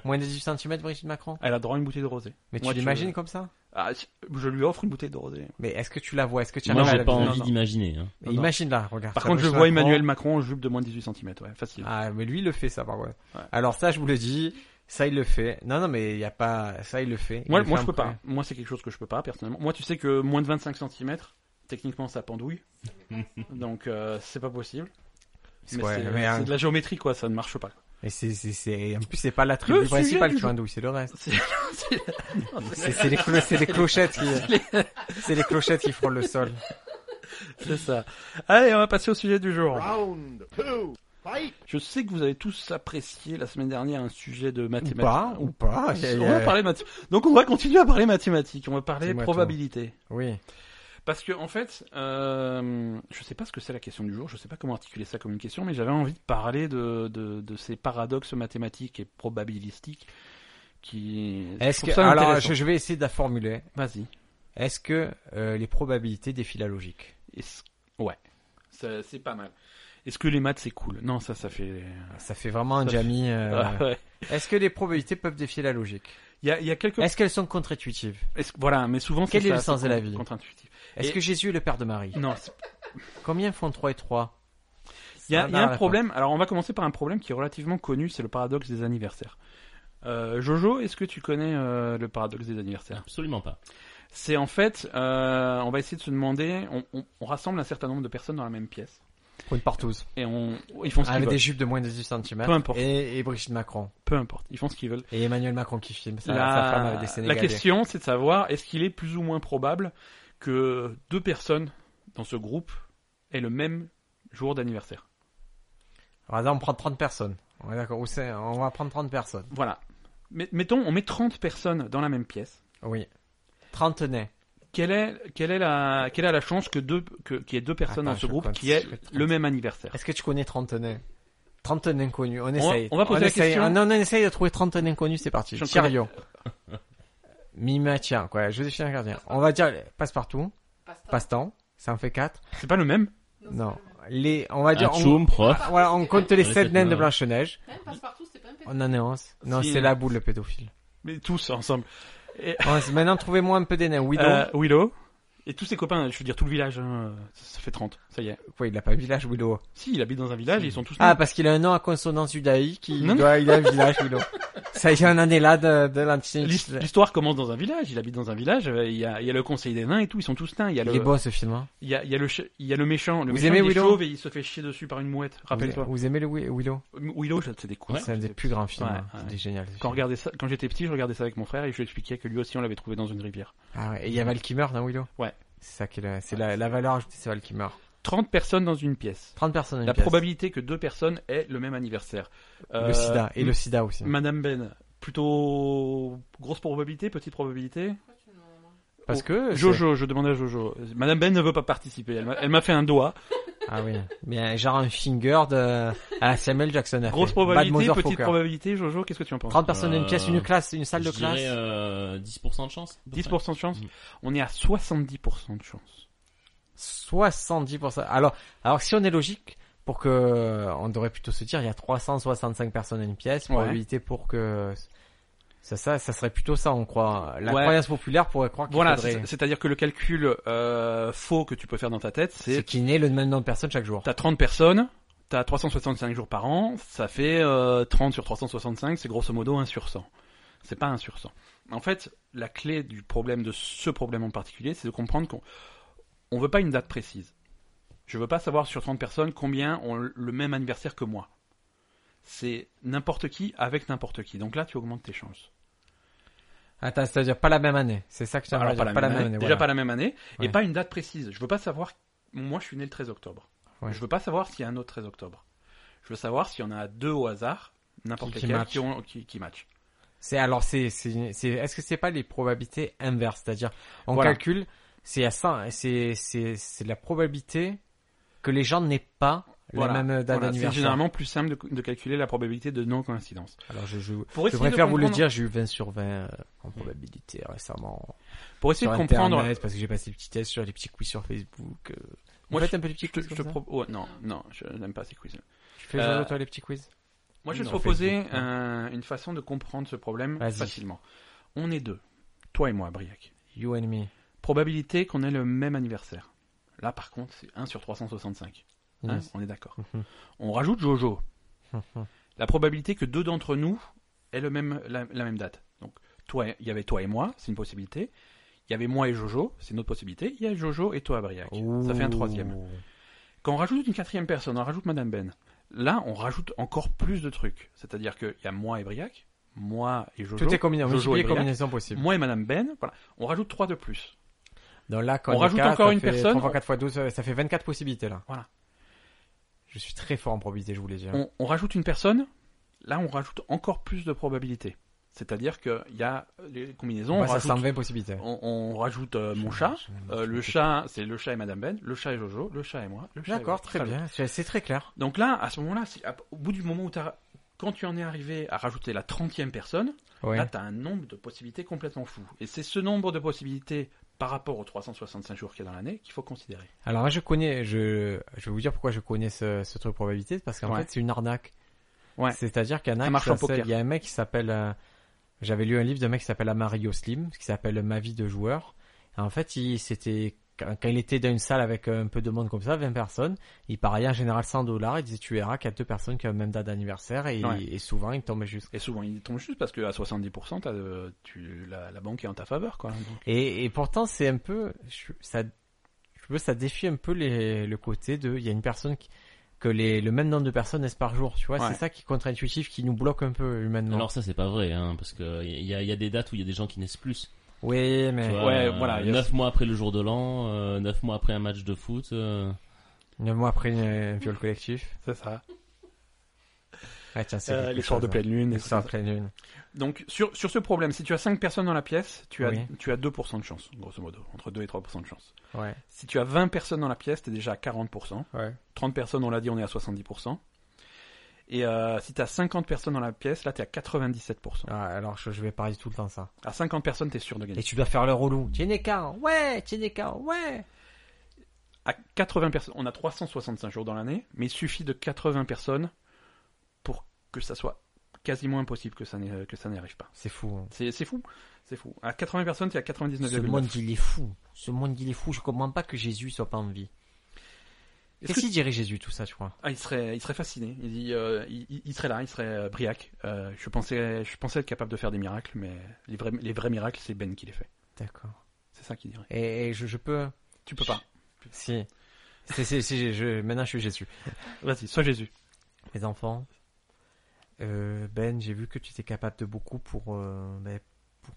S2: Moins de 18 cm, Brigitte Macron.
S1: Elle a droit à une bouteille de rosée.
S2: Mais tu
S1: Moi, tu-
S2: l'imagines comme ça
S1: Ah, si- je lui offre une bouteille de rosée.
S2: Mais est-ce que tu la vois Est-ce que tu
S4: Moi,
S2: arrives à
S4: j'ai
S2: la
S4: pas
S2: viser
S1: non,
S4: envie
S1: non.
S4: d'imaginer. hein.
S2: Mais
S1: Non.
S2: Imagine là, regarde.
S1: Par
S2: ça,
S1: contre, je
S2: Brigitte
S1: vois
S2: Macron.
S1: Emmanuel Macron en jupe de moins de 18 cm, ouais, facile.
S2: Ah, mais lui, il le fait ça, par contre.
S1: Ouais.
S2: Alors ça, je vous le dis, ça, il le fait. Non, non, mais il y a pas, ça, il le fait. Il
S1: moi,
S2: le
S1: moi
S2: fait
S1: je peux
S2: après.
S1: pas. Moi, c'est quelque chose que je peux pas, personnellement. Moi, tu sais que moins de 25 cm, techniquement, ça pendouille. Donc, euh, c'est pas possible. Mais
S2: Ouais,
S1: c'est
S2: mais,
S1: c'est
S2: hein,
S1: de la géométrie, quoi, ça ne marche pas.
S2: et c'est, c'est, c'est, en plus, c'est pas l'attribut
S1: Le sujet
S2: principal
S1: du
S2: qui
S1: jour.
S2: indouille, c'est le reste.
S1: C'est- c'est- non,
S2: C'est,
S1: C'est
S2: c'est les, clo- c'est les clochettes qui, c'est les clochettes qui frôlent le sol.
S1: c'est ça. Allez, on va passer au sujet du jour.
S5: Round two, fight!
S1: Je sais que vous avez tous apprécié la semaine dernière un sujet de
S2: Ou
S1: mathématiques.
S2: pas, euh, ou pas. il y a- il y
S1: On
S2: a-
S1: va parler math- Donc on va continuer à parler mathématiques. On va parler
S2: Dis-moi tout.
S1: probabilité.
S2: euh, Oui.
S1: Parce que en fait, euh, je sais pas ce que c'est la question du jour. Je sais pas comment articuler ça comme une question, mais j'avais envie de parler de, de, de ces paradoxes mathématiques et probabilistiques qui.
S2: Est-ce
S1: je
S2: que,
S1: trouve ça
S2: alors,
S1: intéressant.
S2: je, je vais essayer de la formuler.
S1: vas-y.
S2: Est-ce que, euh, les probabilités défient la logique?
S1: Est-ce- Ouais, Ça, c'est pas mal. Est-ce que les maths c'est cool Non, ça, ça fait.
S2: Ça fait vraiment un
S1: Ça fait-
S2: jamie. euh,
S1: Ah, ouais.
S2: Est-ce que les probabilités peuvent défier la logique
S1: Il y a, il y a quelques.
S2: Est-ce qu'elles sont contre-intuitives
S1: est-ce- Voilà, mais souvent c'est
S2: Eh. Quel
S1: ça,
S2: est le sens
S1: c'est
S2: de la
S1: con-
S2: vie
S1: contre-intuitif.
S2: Est-ce
S1: Et-
S2: que Jésus est le père de Marie
S1: Non, c'est-
S2: Combien font 3 et 3
S1: Il y a, il y a un problème. Alors, on va commencer par un problème qui est relativement connu, c'est le paradoxe des anniversaires. Euh, Jojo, est-ce que tu connais euh, le paradoxe des anniversaires
S4: Absolument pas.
S1: C'est en fait, euh, on va essayer de se demander, on, on- on rassemble un certain nombre de personnes dans la même pièce
S2: Pour une partouze.
S1: et on, ils font ce qu'ils
S2: Avec
S1: veulent.
S2: des jupes de moins de 18 cm.
S1: Peu importe.
S2: Et, et Brigitte Macron.
S1: Peu importe, ils font ce qu'ils veulent.
S2: Et Emmanuel Macron qui filme. Ça,
S1: la,
S2: Ah, sa femme avec des
S1: la
S2: Sénégalais.
S1: question, c'est de savoir est-ce qu'il est plus ou moins probable que deux personnes dans ce groupe aient le même jour d'anniversaire.
S2: Alors là, on prend 30 personnes. On est d'accord. Où c'est On va prendre 30 personnes.
S1: Voilà. Mais- Mettons, on met 30 personnes dans la même pièce.
S2: Oui. 30 nez.
S1: quelle est, quelle est la, quelle est la chance que deux, que, qu'il y ait deux personnes
S2: Attends,
S1: dans ce
S2: je
S1: groupe
S2: compte.
S1: qui aient le même anniversaire
S2: Est-ce que tu connais Trentenet Trenten inconnus, on
S1: va-
S2: essaye.
S1: on va poser la
S2: essaye.
S1: question.
S2: Ah, non, on essaye de trouver Trenten inconnus, c'est parti.
S1: J'en
S2: Chariot. Mima, tiens, quoi, Joséphine Gardien. On va dire passe-partout, passe-temps, ça en fait 4.
S1: C'est pas le même
S2: Non. Les, on va dire, on,
S4: Atchoum, prof.
S2: voilà, on compte les
S4: On
S2: 7
S4: essaie
S2: nains
S4: de-
S2: de Blanche-Neige.
S3: Même passe-partout, c'était pas un
S2: On en est 11. Non,
S1: Si.
S2: c'est la boule, le pédophile.
S1: Mais tous ensemble. Et,
S2: 11. Maintenant, trouvez-moi un peu des nains. Willow.
S1: euh, Willow. Et tous ses copains, je veux dire tout le village, hein, ça fait 30, ça y est.
S2: Quoi, il a pas un village, Willow?
S1: Si, il habite dans un village et ils sont tous
S2: Ah, parce qu'il a un nom à consonance judaïque. Il,
S1: Non, non.
S2: doit- il a un village, Willow. Ça y est, on en est là de, de
S1: L'hist-
S2: l'antisémitisme.
S1: L'histoire commence dans un village, il habite dans un village, euh, il y a, il y a le conseil des nains et tout, ils sont tous nains. Il y a
S2: Il
S1: le,
S2: est beau ce film. hein.
S1: il y a, il y a le, ch- il y a le méchant, le
S2: Vous
S1: méchant
S2: aimez
S1: il est
S2: Willow
S1: chauve et il se fait chier dessus par une mouette, rappelle-toi.
S2: Vous, vous aimez le Wi- Willow
S1: Willow, ça, c'est des coups.
S2: C'est un des plus grands films.
S1: Ouais,
S2: hein.
S1: ouais.
S2: C'était génial.
S1: Quand,
S2: ce
S1: on
S2: film.
S1: regardait ça, quand j'étais petit, je regardais ça avec mon frère et je lui expliquais que lui aussi on l'avait trouvé dans une rivière.
S2: Ah ouais, Et il y a Val Kilmer dans Willow
S1: Ouais.
S2: C'est ça qui est la, c'est la, la valeur ajoutée, c'est Val Kilmer.
S1: 30 personnes dans une pièce.
S2: 30 personnes. une
S1: La
S2: pièce.
S1: probabilité que deux personnes aient le même anniversaire. Euh,
S2: Le sida. Et le sida aussi.
S1: Madame Ben, plutôt grosse probabilité, petite probabilité
S2: Parce que. c'est-
S1: Jojo, je demandais à Jojo. Madame Ben ne veut pas participer. Elle m'a- Elle m'a fait un doigt.
S2: Ah oui. Mais un- genre un finger de. À Samuel Jackson. a
S1: Grosse
S2: fait.
S1: probabilité,
S2: Bad
S1: petite
S2: Motherfucker.
S1: probabilité. Jojo, qu'est-ce que tu en penses
S2: 30 personnes, une
S4: Euh,
S2: pièce, une classe, une salle de
S4: Je dirais,
S2: classe.
S4: euh, 10% de chance. à peu
S1: 10% de chance
S4: Mm.
S1: On est à 70% de chance.
S2: 70%. Alors, alors si on est logique, pour que on devrait plutôt se dire, il y a 365 personnes à une pièce,
S1: Ouais.
S2: probabilité pour que ça, ça, ça serait plutôt ça, on croit. La
S1: Ouais.
S2: croyance populaire pourrait croire qu'il
S1: Voilà,
S2: faudrait-
S1: c'est- c'est-à-dire que le calcul euh, faux que tu peux faire dans ta tête,
S2: c'est
S1: c'est
S2: qu'il naît le même nombre de personnes chaque jour.
S1: t'as 30 personnes, t'as 365 jours par an, ça fait euh, 30 sur 365, c'est grosso modo 1 sur 100. C'est pas 1 sur 100. En fait, la clé du problème de ce problème en particulier, c'est de comprendre qu'on on veut pas une date précise. Je veux pas savoir sur 30 personnes combien ont le même anniversaire que moi. C'est n'importe qui avec n'importe qui. Donc là, tu augmentes tes chances.
S2: Attends, c'est-à-dire pas la même année. C'est ça que tu as
S1: Alors,
S2: dire.
S1: pas, la même année. Déjà
S2: voilà.
S1: pas la même année
S2: Ouais.
S1: et pas une date précise. Je veux pas savoir. Moi, je suis né le 13 octobre.
S2: Ouais.
S1: Je veux pas savoir s'il y a un autre 13 octobre. Je veux savoir s'il y en a deux au hasard, n'importe
S2: Qui- qui
S1: lesquels,
S2: matchent.
S1: qui, ont- qui, qui matchent.
S2: C'est, alors c'est, c'est, c'est, est-ce que c'est pas les probabilités inverses? C'est-à-dire, on
S1: Voilà.
S2: calcule, c'est à 100, c'est, c'est, c'est la probabilité que les gens n'aient pas
S1: Voilà.
S2: la même date
S1: Voilà, C'est
S2: d'anniversaire.
S1: généralement plus simple de, de calculer la probabilité de non-coïncidence.
S2: Alors je, je,
S1: Pour
S2: je
S1: essayer de
S2: préfère vous le
S1: comprendre-
S2: dire, j'ai eu 20 sur 20 euh, en probabilité récemment.
S1: Pour essayer
S2: sur
S1: de comprendre.
S2: Internet, parce que j'ai passé des petits tests sur les petits quiz sur Facebook. Euh...
S1: Moi,
S2: Vous
S1: je-
S2: faites un peu les petits
S1: je te-
S2: quiz
S1: je te
S2: comme ça
S1: pro- ouais, non, non, je n'aime pas ces quiz.
S2: Tu fais
S1: Euh,
S2: genre, toi les petits quiz
S1: Moi, je vais te
S2: Non,
S1: proposer
S2: Facebook, ouais.
S1: un- une façon de comprendre ce problème
S2: Vas-y.
S1: facilement. On est deux, toi et moi, Briac.
S2: You and me.
S1: Probabilité qu'on ait le même anniversaire. Là, par contre, c'est 1 sur 365. Hein,
S2: Yes.
S1: on est d'accord.
S2: Mhm.
S1: On rajoute Jojo. La probabilité que deux d'entre nous aient le même, la, la même date. Donc, toi, et- il y avait toi et moi, c'est une possibilité. Il y avait moi et Jojo, c'est une autre possibilité. Il y a Jojo et toi, Briac. Ça fait un troisième.
S2: Ouh.
S1: Quand on rajoute une quatrième personne, on rajoute Madame Ben. Là, on rajoute encore plus de trucs. C'est-à-dire qu'il y a moi et Briac, moi et Jojo,
S2: Toutes les combinaisons,
S1: Jojo
S2: multiplier
S1: et
S2: les
S1: Briac.
S2: combinaisons possibles.
S1: moi et Madame Ben. Voilà, on rajoute trois de plus.
S2: Donc là, quand
S1: On
S2: est
S1: rajoute
S2: quatre,
S1: encore
S2: ça
S1: une
S2: fait
S1: personne.
S2: 3 x 4 x 12, euh, ça fait 24 possibilités là.
S1: Voilà.
S2: Je suis très fort en probabilité, je vous l'ai dit. hein.
S1: on, on rajoute une personne, là on rajoute encore plus de probabilités. C'est-à-dire qu'il y a les combinaisons,
S2: Ouais,
S1: on,
S2: Bah, ça
S1: rajoute,
S2: c'est en 20 possibilités.
S1: on- on rajoute, euh, mon chat, euh, le chat c'est le chat et Madame Ben, le chat et Jojo, le chat et moi, le chat et
S2: D'accord,
S1: moi.
S2: très bien. C'est c'est très clair.
S1: Donc là, à ce moment-là, si- à- au bout du moment où t'as- quand tu en es arrivé à rajouter la 30e personne,
S2: Ouais.
S1: là tu as un nombre de possibilités complètement fou. Et c'est ce nombre de possibilités par rapport aux 365 jours qu'il y a dans l'année qu'il faut considérer.
S2: Alors moi je connais, je, je vais vous dire pourquoi je connais ce, ce truc de probabilité, c'est parce qu'en
S1: Ouais.
S2: fait c'est une arnaque.
S1: Ouais.
S2: C'est-à-dire qu'il y en a
S1: Ça
S2: qui
S1: marche en
S2: s'appellent-
S1: poker.
S2: Il y a un mec qui s'appelle, euh, j'avais lu un livre d'un mec qui s'appelle Amario Slim, qui s'appelle Ma vie de joueur. Et en fait, il c'était quand quand il était dans une salle avec un peu de monde comme ça, 20 personnes, il pariait en général 100 dollars, il disait tu verras qu'il y a deux personnes qui ont la même date d'anniversaire et,
S1: Ouais.
S2: et souvent il tombe juste.
S1: Et souvent ils tombent juste parce qu'à 70%, t'as, euh, tu, la, la banque est en ta faveur. Quoi. Donc,
S2: Et, et pourtant, c'est un peu, je- ça, je veux, ça défie un peu les, le côté de, il y a une personne qui- que les, le même nombre de personnes naissent par jour, tu vois,
S1: Ouais.
S2: c'est ça qui est contre-intuitif, qui nous bloque un peu humainement.
S4: Alors ça c'est pas vrai hein, parce que il y a, y a des dates où il y a des gens qui naissent plus.
S2: oui, mais
S4: Tu vois,
S1: Ouais, voilà, y a-
S4: 9 mois après le jour de l'an, euh, 9 mois après un match de foot. euh,
S2: neuf mois après euh, un viol collectif.
S1: C'est ça.
S2: Ouais, tiens, c'est
S1: Euh,
S2: quelque
S1: les soirs de
S2: chose,
S1: pleine lune,
S2: hein.
S1: et
S2: Les soirs de
S1: ça.
S2: pleine lune.
S1: Donc sur, sur ce problème, si tu as 5 personnes dans la pièce, tu as,
S2: Oui.
S1: tu as 2% de chance, grosso modo, entre 2 et 3% de chance.
S2: Ouais,
S1: Si tu as 20 personnes dans la pièce, t'es déjà à 40%.
S2: ouais.
S1: 30 personnes, on l'a dit, on est à 70%. Et euh, si t'as 50 personnes dans la pièce, là t'es à 97%.
S2: Ah, alors je, je vais parier tout le temps ça.
S1: À 50 personnes, t'es sûr de gagner.
S2: Et tu dois faire le relou. Tieneka, ouais, Tieneka, ouais.
S1: à 80 personnes, on a 365 jours dans l'année, mais il suffit de 80 personnes pour que ça soit quasiment impossible que ça n'ait- que ça n'arrive pas.
S2: C'est fou. hein.
S1: C'est c'est fou, c'est fou. À 80 personnes, t'es à
S2: Ce monde
S1: 99,9.
S2: il est fou. Ce monde il est fou. Je comprends pas que Jésus soit pas en vie.
S1: Est-ce
S2: Qu'est-ce
S1: que-
S2: qu'il dirait Jésus tout ça, tu crois
S1: Ah, il serait, il serait fasciné. Il, dit, euh, il, il- il serait là, il serait euh, briac. Euh, je pensais, je pensais être capable de faire des miracles, mais les vrais, les vrais miracles, c'est Ben qui les fait.
S2: D'accord.
S1: C'est ça qu'il dirait.
S2: Et, et je, je peux.
S1: Tu peux pas.
S2: Si. C'est, c'est, c'est- je, maintenant je suis Jésus.
S1: Vas-y, sois Jésus.
S2: Mes enfants. euh, ben, j'ai vu que tu étais capable de beaucoup pour, euh, ben,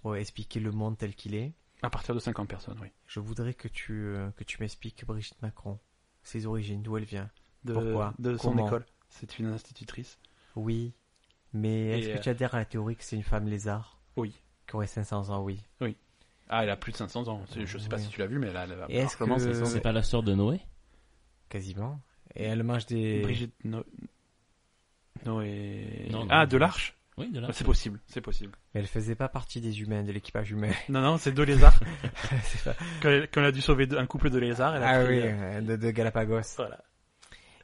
S2: pour euh, expliquer le monde tel qu'il est.
S1: À partir de 50 personnes, oui.
S2: Je voudrais que tu, euh, que tu m'expliques Brigitte Macron, ses origines, d'où elle vient.
S1: De,
S2: Pourquoi
S1: De son
S2: Comment
S1: école. C'est une institutrice.
S2: Oui, mais est-ce
S1: Et,
S2: que tu adhères à la théorie que c'est une femme lézard
S1: Oui.
S2: qui aurait 500 ans Oui.
S1: Ah, elle a plus de 500 ans. C'est- Je sais pas
S2: Oui.
S1: si tu l'as vu, mais elle a, elle a
S2: Et est-ce
S1: largement
S2: que-
S1: 500 ans.
S4: C'est pas la sœur de Noé
S2: Quasiment. Et elle mange des.
S1: Brigitte No... Noé...
S4: Non, non.
S1: ah, de l'Arche
S4: Oui, de là.
S1: C'est possible, c'est possible.
S2: Mais elle faisait pas partie des humains, de l'équipage humain.
S1: Non, non, c'est deux lézards.
S2: C'est pas-
S1: Quand elle, quand elle a dû sauver deux- un couple de lézards, elle a
S2: ah
S1: pris,
S2: oui,
S1: euh,
S2: euh, de, de Galapagos.
S1: Voilà.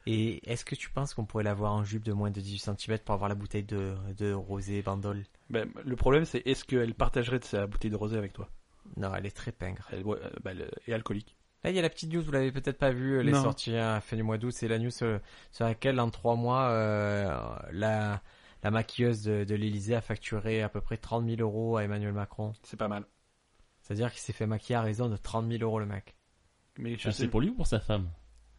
S2: Et est-ce que tu penses qu'on pourrait l'avoir en jupe de moins de 18 cm pour avoir la bouteille de, de rosée bandole
S1: Ben, le problème, c'est est-ce qu'elle partagerait de sa bouteille de rosé avec toi
S2: Non, elle est très pingre.
S1: elle, boit- euh, ben, elle est alcoolique.
S2: Là, il y a la petite news, vous l'avez peut-être pas vue, elle est
S1: Non.
S2: sortie hein, à la fin du mois d'août, c'est la news euh, sur laquelle, en trois mois, euh, la, la maquilleuse de, de l'Elysée a facturé à peu près 30 000 euros à Emmanuel Macron.
S1: C'est pas mal.
S2: C'est-à-dire qu'il s'est fait maquiller à raison de 30 000 euros le mec.
S1: Mais je
S4: Ah,
S1: sais
S4: C'est pour lui ou pour sa femme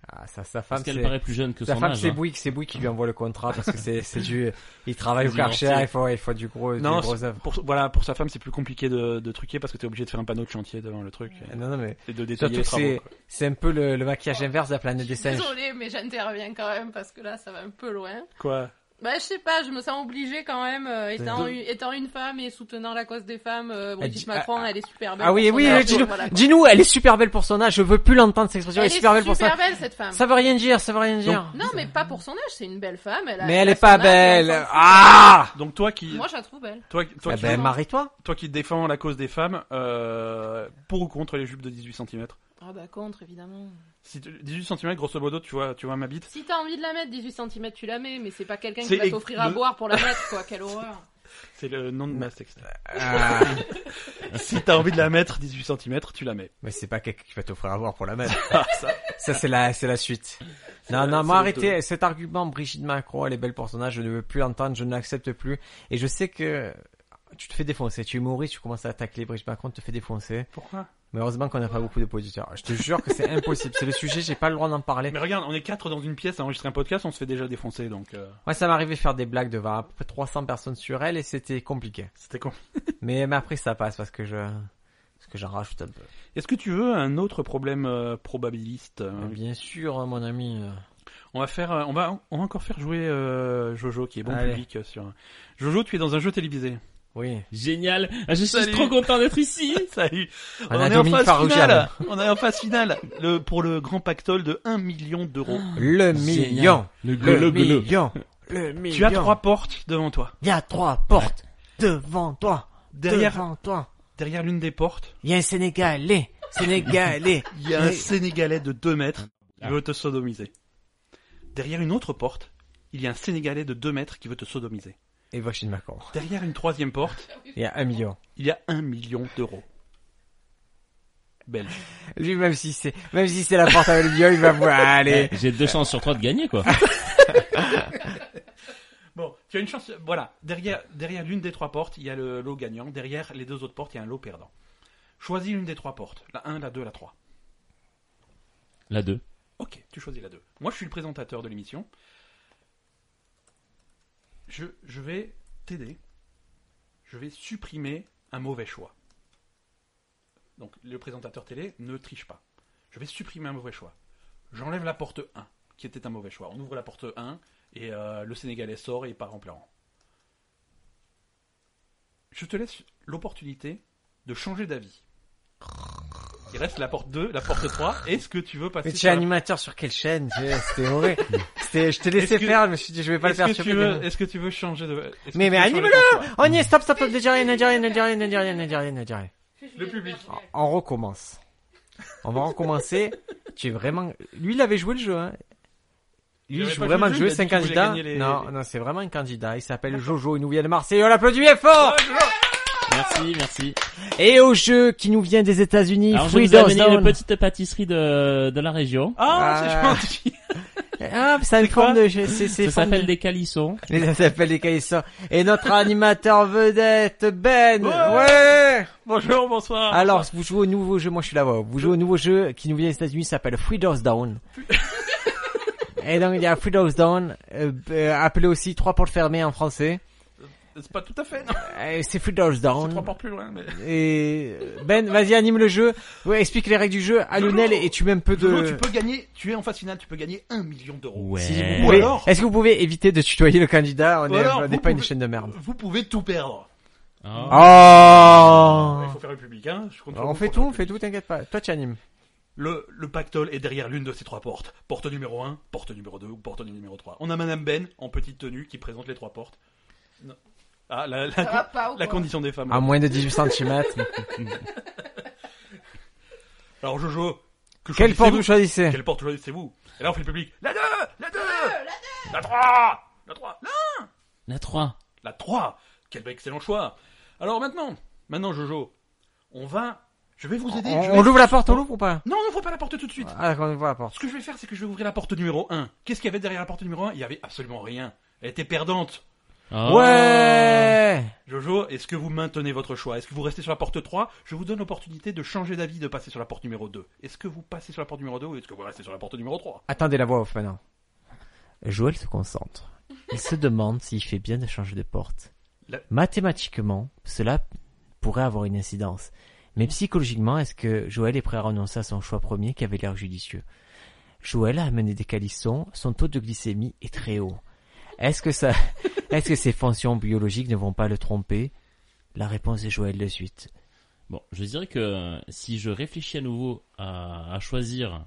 S2: Ah, ça, sa femme,
S4: Parce qu'elle
S2: c'est...
S4: paraît plus jeune que
S2: Sa
S4: son
S2: femme,
S4: âge.
S2: c'est
S4: hein.
S2: Bouygues, c'est Bouygues qui lui envoie le contrat parce que c'est, c'est du, il travaille au
S4: C'est du
S2: Karcher,
S4: mortier.
S2: il faut, il faut du gros, des
S1: Non,
S2: grosses œuvres.
S1: Pour, voilà, pour sa femme, c'est plus compliqué de, de truquer parce que t'es obligé de faire un panneau de chantier devant le truc et-
S2: Ah, Non, non, mais
S1: et de détailler
S2: surtout
S1: les travaux.
S2: que c'est,
S1: quoi.
S2: c'est un peu le, le maquillage inverse de la planète des singes.
S3: Désolée, mais j'interviens quand même parce que là, ça va un peu loin.
S1: Quoi
S3: Bah, je sais pas, je me sens obligée quand même, euh, étant,
S2: De-
S3: une, étant une femme et soutenant la cause des femmes, euh, Brigitte
S2: dit-
S3: Macron, elle est super belle.
S2: Ah oui,
S3: pour
S2: oui,
S3: son âge,
S2: dis-nous,
S3: voilà.
S2: dis-nous, elle est super belle pour son âge, je veux plus l'entendre cette expression,
S3: Elle
S2: elle est super belle pour son
S3: super
S2: âge.
S3: belle, cette femme.
S2: Ça veut rien dire, ça veut rien dire.
S3: Non, mais pas pour son âge, c'est une belle femme. Elle a,
S2: mais elle
S3: a
S2: est pas
S3: son âge,
S2: belle.
S3: on s'en fout.
S2: Ah!
S1: Donc toi qui,
S3: Moi, je la trouve belle.
S1: toi, toi,
S2: Eh
S1: qui,
S2: ben, marie-toi.
S1: toi qui défends la cause des femmes, euh, pour ou contre les jupes de 18 cm
S3: Ah bah contre, évidemment.
S1: Si tu- 18 cm, grosso modo, tu vois, tu vois ma bite.
S3: Si t'as envie de la mettre, 18 cm, tu la mets, mais c'est pas quelqu'un
S1: C'est
S3: qui va
S1: ex-
S3: t'offrir à
S1: le-
S3: boire pour la mettre, quoi. Quelle horreur.
S1: C'est le nom de ma sextape.
S2: Ah.
S1: si t'as envie de la mettre 18 cm, tu la mets.
S2: mais c'est pas quelqu'un qui va t'offrir à boire pour la mettre.
S1: Ah, ça.
S2: Ça, c'est la, c'est la suite. Non,
S1: la-
S2: non,
S1: c'est
S2: moi,
S1: le
S2: arrêtez cet argument, Brigitte Macron, elle est belle pour son âge, je ne veux plus l'entendre, je ne l'accepte plus. Et je sais que tu te fais défoncer, tu es humoriste, tu commences à attaquer Brigitte Macron, tu te fais défoncer.
S1: Pourquoi
S2: Mais heureusement qu'on n'a pas beaucoup de d'auditeurs. Je te jure que c'est impossible, c'est le sujet, j'ai pas le droit d'en parler.
S1: Mais regarde, on est quatre dans une pièce à enregistrer un podcast, on se fait déjà défoncer, donc euh,
S2: Moi, ça m'est arrivé de faire des blagues devant à peu près 300 personnes sur elle et c'était compliqué.
S1: c'était con.
S2: Mais, mais après, ça passe parce que je, parce que j'en rajoute un peu.
S1: Est-ce que tu veux un autre problème euh, probabiliste euh,
S2: Bien sûr, mon ami. euh,
S1: On va faire, euh, on va, on va encore faire jouer euh, Jojo, qui est bon
S2: Allez.
S1: public euh, sur. Jojo, tu es dans un jeu télévisé.
S2: Oui.
S4: Génial Ah, Je suis
S1: Salut.
S4: trop content d'être ici
S1: Salut.
S2: On a Dominique Farrugia,
S1: finale.
S2: là.
S1: On est en phase finale le, pour le grand pactole de 1 million d'euros.
S2: Le
S4: Génial.
S2: million.
S4: Le
S2: Le,
S4: gueuleux gueuleux.
S2: million. Le million.
S1: Tu as trois portes devant toi.
S2: Il y a trois portes devant toi.
S1: Derrière,
S2: Devant toi.
S1: derrière l'une des portes,
S2: Il y a un Sénégalais. Sénégalais.
S1: Il y a un
S2: Mais-
S1: Sénégalais de 2 mètres qui
S4: Ah.
S1: veut te sodomiser. Derrière une autre porte, il y a un Sénégalais de 2 mètres qui veut te sodomiser.
S2: Et Brigitte Macron.
S1: Derrière une troisième porte,
S2: Il y a un million.
S1: il y a un million d'euros. Belge.
S2: Lui, même si c'est, même si c'est la porte avec le million, il va voir, allez.
S4: Eh, J'ai deux chances sur trois de gagner, quoi.
S1: Bon, tu as une chance. Voilà, derrière, derrière l'une des trois portes, il y a le lot gagnant. Derrière les deux autres portes, il y a un lot perdant. Choisis l'une des trois portes. La 1, la 2, la 3.
S4: La deux.
S1: Ok, tu choisis la 2. Moi, je suis le présentateur de l'émission. Je, je vais t'aider. Je vais supprimer un mauvais choix. Donc, le présentateur télé ne triche pas. Je vais supprimer un mauvais choix. J'enlève la porte 1, qui était un mauvais choix. On ouvre la porte 1, Et euh, le Sénégalais sort et part en pleurant. Je te laisse l'opportunité de changer d'avis. Il reste la porte 2, la porte 3. Est-ce que tu veux passer
S2: Mais tu es
S1: sur la-
S2: animateur sur quelle chaîne tu sais, C'était horrible. C'était, je t'ai laissé
S1: Est-ce que-
S2: faire, je me suis dit je vais pas le
S1: Est-ce
S2: faire.
S1: que,
S2: sur
S1: tu veux- est-ce que tu veux changer de... est-ce que
S2: Mais-
S1: tu
S2: mais
S1: veux changer
S2: anime-le
S1: de porte, toi
S2: On y est, stop, stop, stop, ne dis rien, ne dis rien, ne dis rien, ne dis rien, ne dis rien, ne dis rien.
S1: Le public.
S3: Oh.
S2: On recommence. On va recommencer. tu es vraiment. Lui, il avait joué le jeu. Hein.
S1: Il
S2: Lui, il
S1: avait
S2: joue
S1: pas
S2: vraiment
S1: joué
S2: le
S1: le
S2: jeu.
S1: jeu,
S2: C'est un
S1: il a dit qu'il voulait
S2: candidat.
S1: gagner les-
S2: Non, non, c'est vraiment un candidat. Il s'appelle Jojo. Il nous vient de Marseille. On l'applaudit
S1: Ah,
S2: fort.
S4: Merci, merci.
S2: Et au jeu qui nous vient des États-Unis,
S4: Alors je
S2: Free
S4: vous ai amené
S2: Zone.
S4: une petite pâtisserie de, de la région.
S1: Ah,
S2: Ah.
S1: c'est gentil
S2: Ah, ça a une
S1: C'est quoi
S2: forme de. c'est- c'est- c'est
S4: Ça
S2: forme de-
S4: s'appelle des calissons.
S2: Mais ça s'appelle les Caissons. Et notre animateur vedette, Ben.
S1: Ouais.
S2: ouais.
S1: Bonjour, bonsoir.
S2: Alors, vous jouez au nouveau jeu, moi je suis la voix. Vous jouez au nouveau jeu qui nous vient des États-Unis, ça s'appelle Three Doors Down. Et donc il y a Three Doors Down, euh, euh, appelé aussi Trois portes fermées en français.
S1: C'est pas tout à fait, non.
S2: Euh, c'est Three Doors
S1: C'est trois
S2: Down.
S1: portes plus loin, mais...
S2: Et Ben, vas-y anime le jeu, ouais, explique les règles du jeu à Lionel et tu mets un peu de.
S1: Lolo, tu peux gagner, tu es en phase finale, tu peux gagner 1 million d'euros.
S4: Ouais. Oh.
S2: Si vous
S1: Ou
S2: pouvez-
S1: alors-
S2: Est-ce que vous pouvez éviter de tutoyer le candidat On
S1: Ou
S2: est-
S1: alors,
S2: on n'est
S1: vous
S2: pas une
S1: pouvez-
S2: chaîne de merde.
S1: Vous pouvez tout perdre.
S4: Oh.
S2: Ah. Oh
S1: Il faut faire le public, hein. Je compte sur
S2: On
S1: vous
S2: fait
S1: pour
S2: tout,
S1: faire
S2: on
S1: le
S2: fait
S1: public.
S2: tout, t'inquiète pas. Toi tu animes.
S1: Le, le pactole est derrière l'une de ces trois portes. Porte numéro 1, porte numéro 2 ou porte numéro 3. On a Madame Ben, en petite tenue, qui présente les trois portes. Non. Ah, la, la-
S3: Ça va pas ou
S1: la
S3: quoi
S1: condition des femmes.
S2: À moins de 18 cm.
S1: Alors, Jojo, que
S2: Quelle porte
S1: choisissez-vous
S2: vous choisissez
S1: Quelle porte choisissez-vous Et là, on fait le public. La 2 La 2
S3: Euh,
S1: La 3 La 3
S4: La 3.
S1: La 3 Quel excellent choix Alors maintenant, maintenant Jojo, on va... Je vais vous aider. je
S2: On,
S1: vais-
S2: on ouvre la porte, on l'ouvre ou pas
S1: Non, on n'ouvre pas la porte tout de suite.
S2: Ah, d'accord, on ouvre la porte.
S1: Ce que je vais faire, c'est que je vais ouvrir la porte numéro 1. Qu'est-ce qu'il y avait derrière la porte numéro 1 Il y avait absolument rien. Elle était perdante.
S4: Oh.
S2: Ouais
S1: Jojo, est-ce que vous maintenez votre choix Est-ce que vous restez sur la porte 3 Je vous donne l'opportunité de changer d'avis, de passer sur la porte numéro 2. Est-ce que vous passez sur la porte numéro 2 ou est-ce que vous restez sur la porte numéro 3
S2: Attendez la voix off maintenant. Joël se concentre. Il se demande s'il fait bien de changer de porte.
S1: La-
S2: Mathématiquement, cela pourrait avoir une incidence. Mais psychologiquement, est-ce que Joël est prêt à renoncer à son choix premier qui avait l'air judicieux Joël a amené des calissons, son taux de glycémie est très haut. Est-ce que ça, est-ce que ses fonctions biologiques ne vont pas le tromper La réponse est Joël de suite.
S4: Bon, je dirais que si je réfléchis à nouveau à, à choisir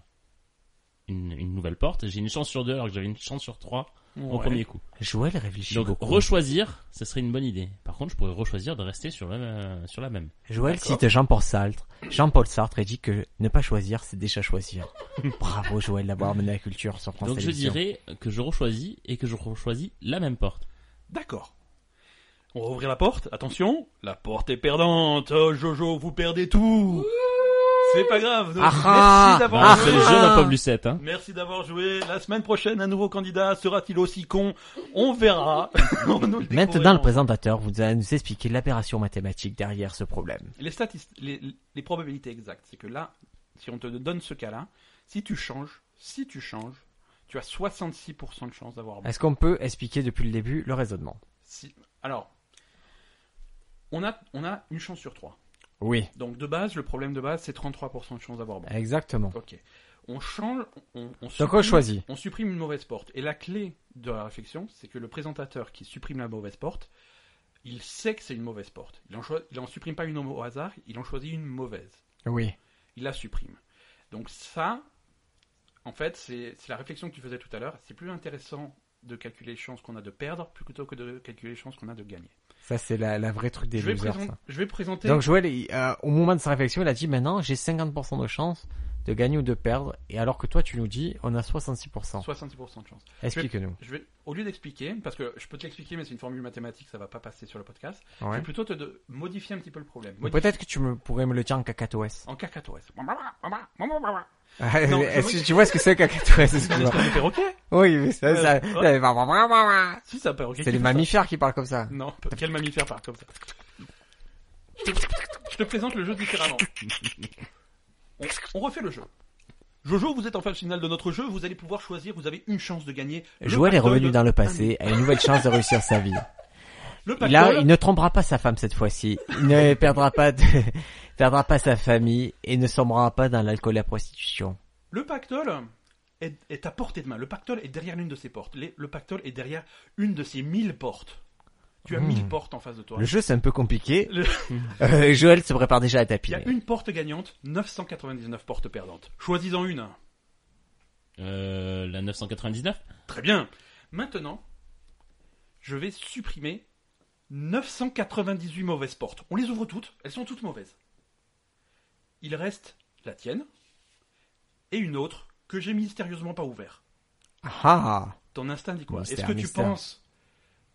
S4: une, une nouvelle porte, j'ai une chance sur deux alors que j'avais une chance sur trois au premier coup.
S2: Joël réfléchit
S4: Donc
S2: beaucoup.
S4: rechoisir, ce serait une bonne idée. Par contre, je pourrais rechoisir de rester sur la, euh, sur la même.
S2: Joël
S1: D'accord.
S2: cite Jean-Paul Sartre. Jean-Paul Sartre a dit que ne pas choisir, c'est déjà choisir. Bravo Joël d'avoir amené la culture sur France
S4: Donc je
S2: Télévisions.
S4: dirais que je rechoisis et que je rechoisis la même porte.
S1: D'accord. On va ouvrir la porte. Attention, la porte est perdante. Oh, Jojo, vous perdez tout. C'est pas grave. Donc,
S2: Ah ah
S1: merci
S4: Bah,
S1: d'avoir
S4: c'est le
S1: joué.
S4: jeu d'un pauvre Lucette. Hein.
S1: Merci d'avoir joué. La semaine prochaine, un nouveau candidat sera-t-il aussi con On verra. On nous le
S2: Maintenant, le
S1: découvrirons.
S2: présentateur vous a nous expliquer l'aberration mathématique derrière ce problème.
S1: Les, statist- les, les probabilités exactes, c'est que là, si on te donne ce cas-là, si tu changes, si tu changes, tu as 66% de chance d'avoir bon.
S2: Est-ce qu'on peut expliquer depuis le début le raisonnement
S1: Si- Alors, on a, on a une chance sur 3.
S2: Oui.
S1: Donc de base, le problème de base, c'est 33% de chance d'avoir bon.
S2: Exactement.
S1: Ok. On change, on, on
S2: Donc on
S1: supprime,
S2: choisit.
S1: on supprime une mauvaise porte. Et la clé de la réflexion, c'est que le présentateur qui supprime la mauvaise porte, il sait que c'est une mauvaise porte. Il en, choi- il en supprime pas une au au hasard, il en choisit une mauvaise.
S2: Oui.
S1: il la supprime. Donc ça, en fait, c'est c'est la réflexion que tu faisais tout à l'heure. C'est plus intéressant de calculer les chances qu'on a de perdre plutôt que de calculer les chances qu'on a de gagner.
S2: Ça, c'est la, la vraie truc des
S1: Je vais,
S2: losers,
S1: présenter-
S2: ça.
S1: je vais présenter...
S2: Donc Joël, il- euh, au moment de sa réflexion, il a dit maintenant j'ai 50% de chance de gagner ou de perdre, et alors que toi tu nous dis on a 66%.
S1: 66% de chance.
S2: Explique-nous.
S1: Je vais, au lieu d'expliquer, parce que je peux te l'expliquer, mais c'est une formule mathématique, ça va pas passer sur le podcast. Je
S2: Ouais.
S1: vais plutôt te de- modifier un petit peu le problème.
S2: Ou
S1: Modifier-
S2: Peut-être que tu me, pourrais me le dire en cacatoès.
S1: En cacatoès.
S2: Ah,
S1: Non,
S2: Est-ce
S1: je-
S2: que tu vois ce que c'est qu'un cacatoès
S1: Une
S2: excuse-moi.
S1: espèce de perroquet
S2: Oui, mais ça,
S1: Euh,
S2: ça- bah,
S1: ouais.
S2: ça fait pas-
S1: Si, c'est un perroquet. qui
S2: C'est les
S1: fait ça.
S2: mammifères qui parlent comme ça.
S1: Non, quel mammifère parle comme ça je te, je te présente le jeu différemment. On, on refait le jeu. Jojo, vous êtes en phase finale de notre jeu, vous allez pouvoir choisir, vous avez une chance de gagner. Le
S2: Joël est
S1: pactole
S2: revenu
S1: de-
S2: dans le passé, a une nouvelle chance de réussir sa vie.
S1: Le
S2: Il, a-
S1: pactole,
S2: il ne trompera pas sa femme cette fois-ci, il ne perdra pas, de, perdra pas sa famille et ne sombrera pas dans l'alcool et la prostitution.
S1: le pactole, est, est à portée de main. Le pactole est derrière l'une de ses portes. Les- le pactole est derrière une de ses mille portes. Tu as
S2: Hmm.
S1: mille portes en face de toi.
S2: Le jeu, c'est un peu compliqué.
S1: Le-
S2: Euh, Joël se prépare déjà à
S1: Il y
S2: tapiner.
S1: a une porte gagnante, 999 portes perdantes. Choisis-en une.
S4: Euh, la 999
S1: Très bien. Maintenant, je vais supprimer 998 mauvaises portes. On les ouvre toutes, elles sont toutes mauvaises. Il reste la tienne et une autre que j'ai mystérieusement pas ouverte.
S2: Ah
S1: Ton instinct dit quoi
S2: Mystère,
S1: Est-ce que tu
S2: mystère.
S1: penses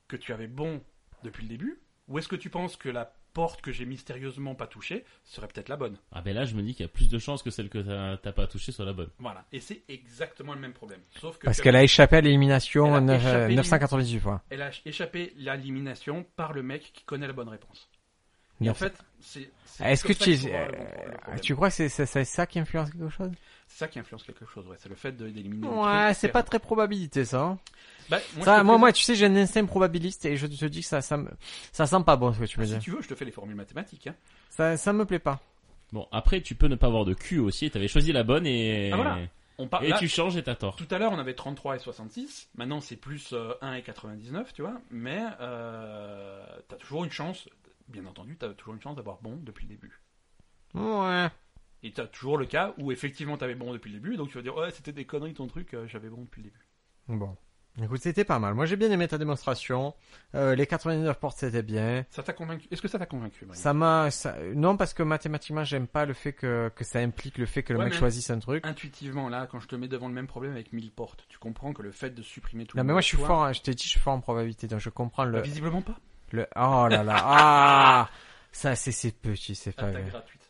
S1: que tu avais bon depuis le début ou est-ce que tu penses que la porte que j'ai mystérieusement pas touchée serait peut-être la bonne
S4: Ah ben là, je me dis qu'il y a plus de chances que celle que t'as t'as pas touchée soit la bonne.
S1: Voilà, et c'est exactement le même problème. Sauf que
S2: Parce
S1: comme-
S2: qu'elle a échappé à l'élimination
S1: Elle a
S2: neuf-
S1: échappé
S2: euh,
S1: l'élimi-
S2: 998 points.
S1: elle a échappé à l'élimination par le mec qui connaît la bonne réponse. Et en
S2: Neuf-
S1: fait, c'est. c'est
S2: Est-ce que
S1: comme ça
S2: tu,
S1: qu'il faut voir le pro- le
S2: euh,
S1: problème.
S2: tu crois que c'est- c'est c'est ça qui influence quelque chose
S1: C'est ça qui influence quelque chose, ouais. C'est le fait de- d'éliminer. les
S2: Ouais,
S1: trucs.
S2: c'est pas très probabilité ça. hein.
S1: Bah,
S2: Ça, Moi,
S1: euh. je te
S2: moi,
S1: fais-
S2: tu sais, j'ai un instinct probabiliste et je te dis que ça, ça me, ça sent pas bon ce que tu me
S1: Si
S2: dis.
S1: tu veux, je te fais les formules mathématiques. hein.
S2: Ça, ça me plaît pas.
S4: Bon, après, tu peux ne pas avoir de cul aussi. T'avais choisi la bonne et...
S1: Ah, voilà. On parle.
S4: Et
S1: là,
S4: tu changes et t'as tort.
S1: Tout à l'heure, on avait 33 et 66. Maintenant, c'est plus euh, 1 et 99, tu vois. Mais euh, t'as toujours une chance. Bien entendu, t'as toujours une chance d'avoir bon depuis le début.
S2: Ouais.
S1: Et t'as toujours le cas où effectivement t'avais bon depuis le début, donc tu vas dire ouais c'était des conneries ton truc, euh, j'avais bon depuis le début.
S2: Bon. Écoute, c'était pas mal. Moi, j'ai bien aimé ta démonstration. Euh, les 99 portes, c'était bien.
S1: Ça t'a convaincu Est-ce que ça t'a convaincu Brian
S2: Ça m'a, ça- non, parce que mathématiquement, j'aime pas le fait que, que ça implique le fait que le
S1: Ouais,
S2: mec
S1: mais-
S2: choisisse un truc.
S1: intuitivement là, quand je te mets devant le même problème avec 1000 portes, tu comprends que le fait de supprimer tout
S2: Non,
S1: le
S2: mais moi,
S1: monde,
S2: je suis
S1: toi,
S2: fort, hein. je t'ai dit, je suis fort en probabilité, donc je comprends le,
S1: Visiblement pas.
S2: le, oh là là, ah! Ça, c'est, c'est petit, c'est pas
S1: Attaque
S2: vrai.
S1: gratuite.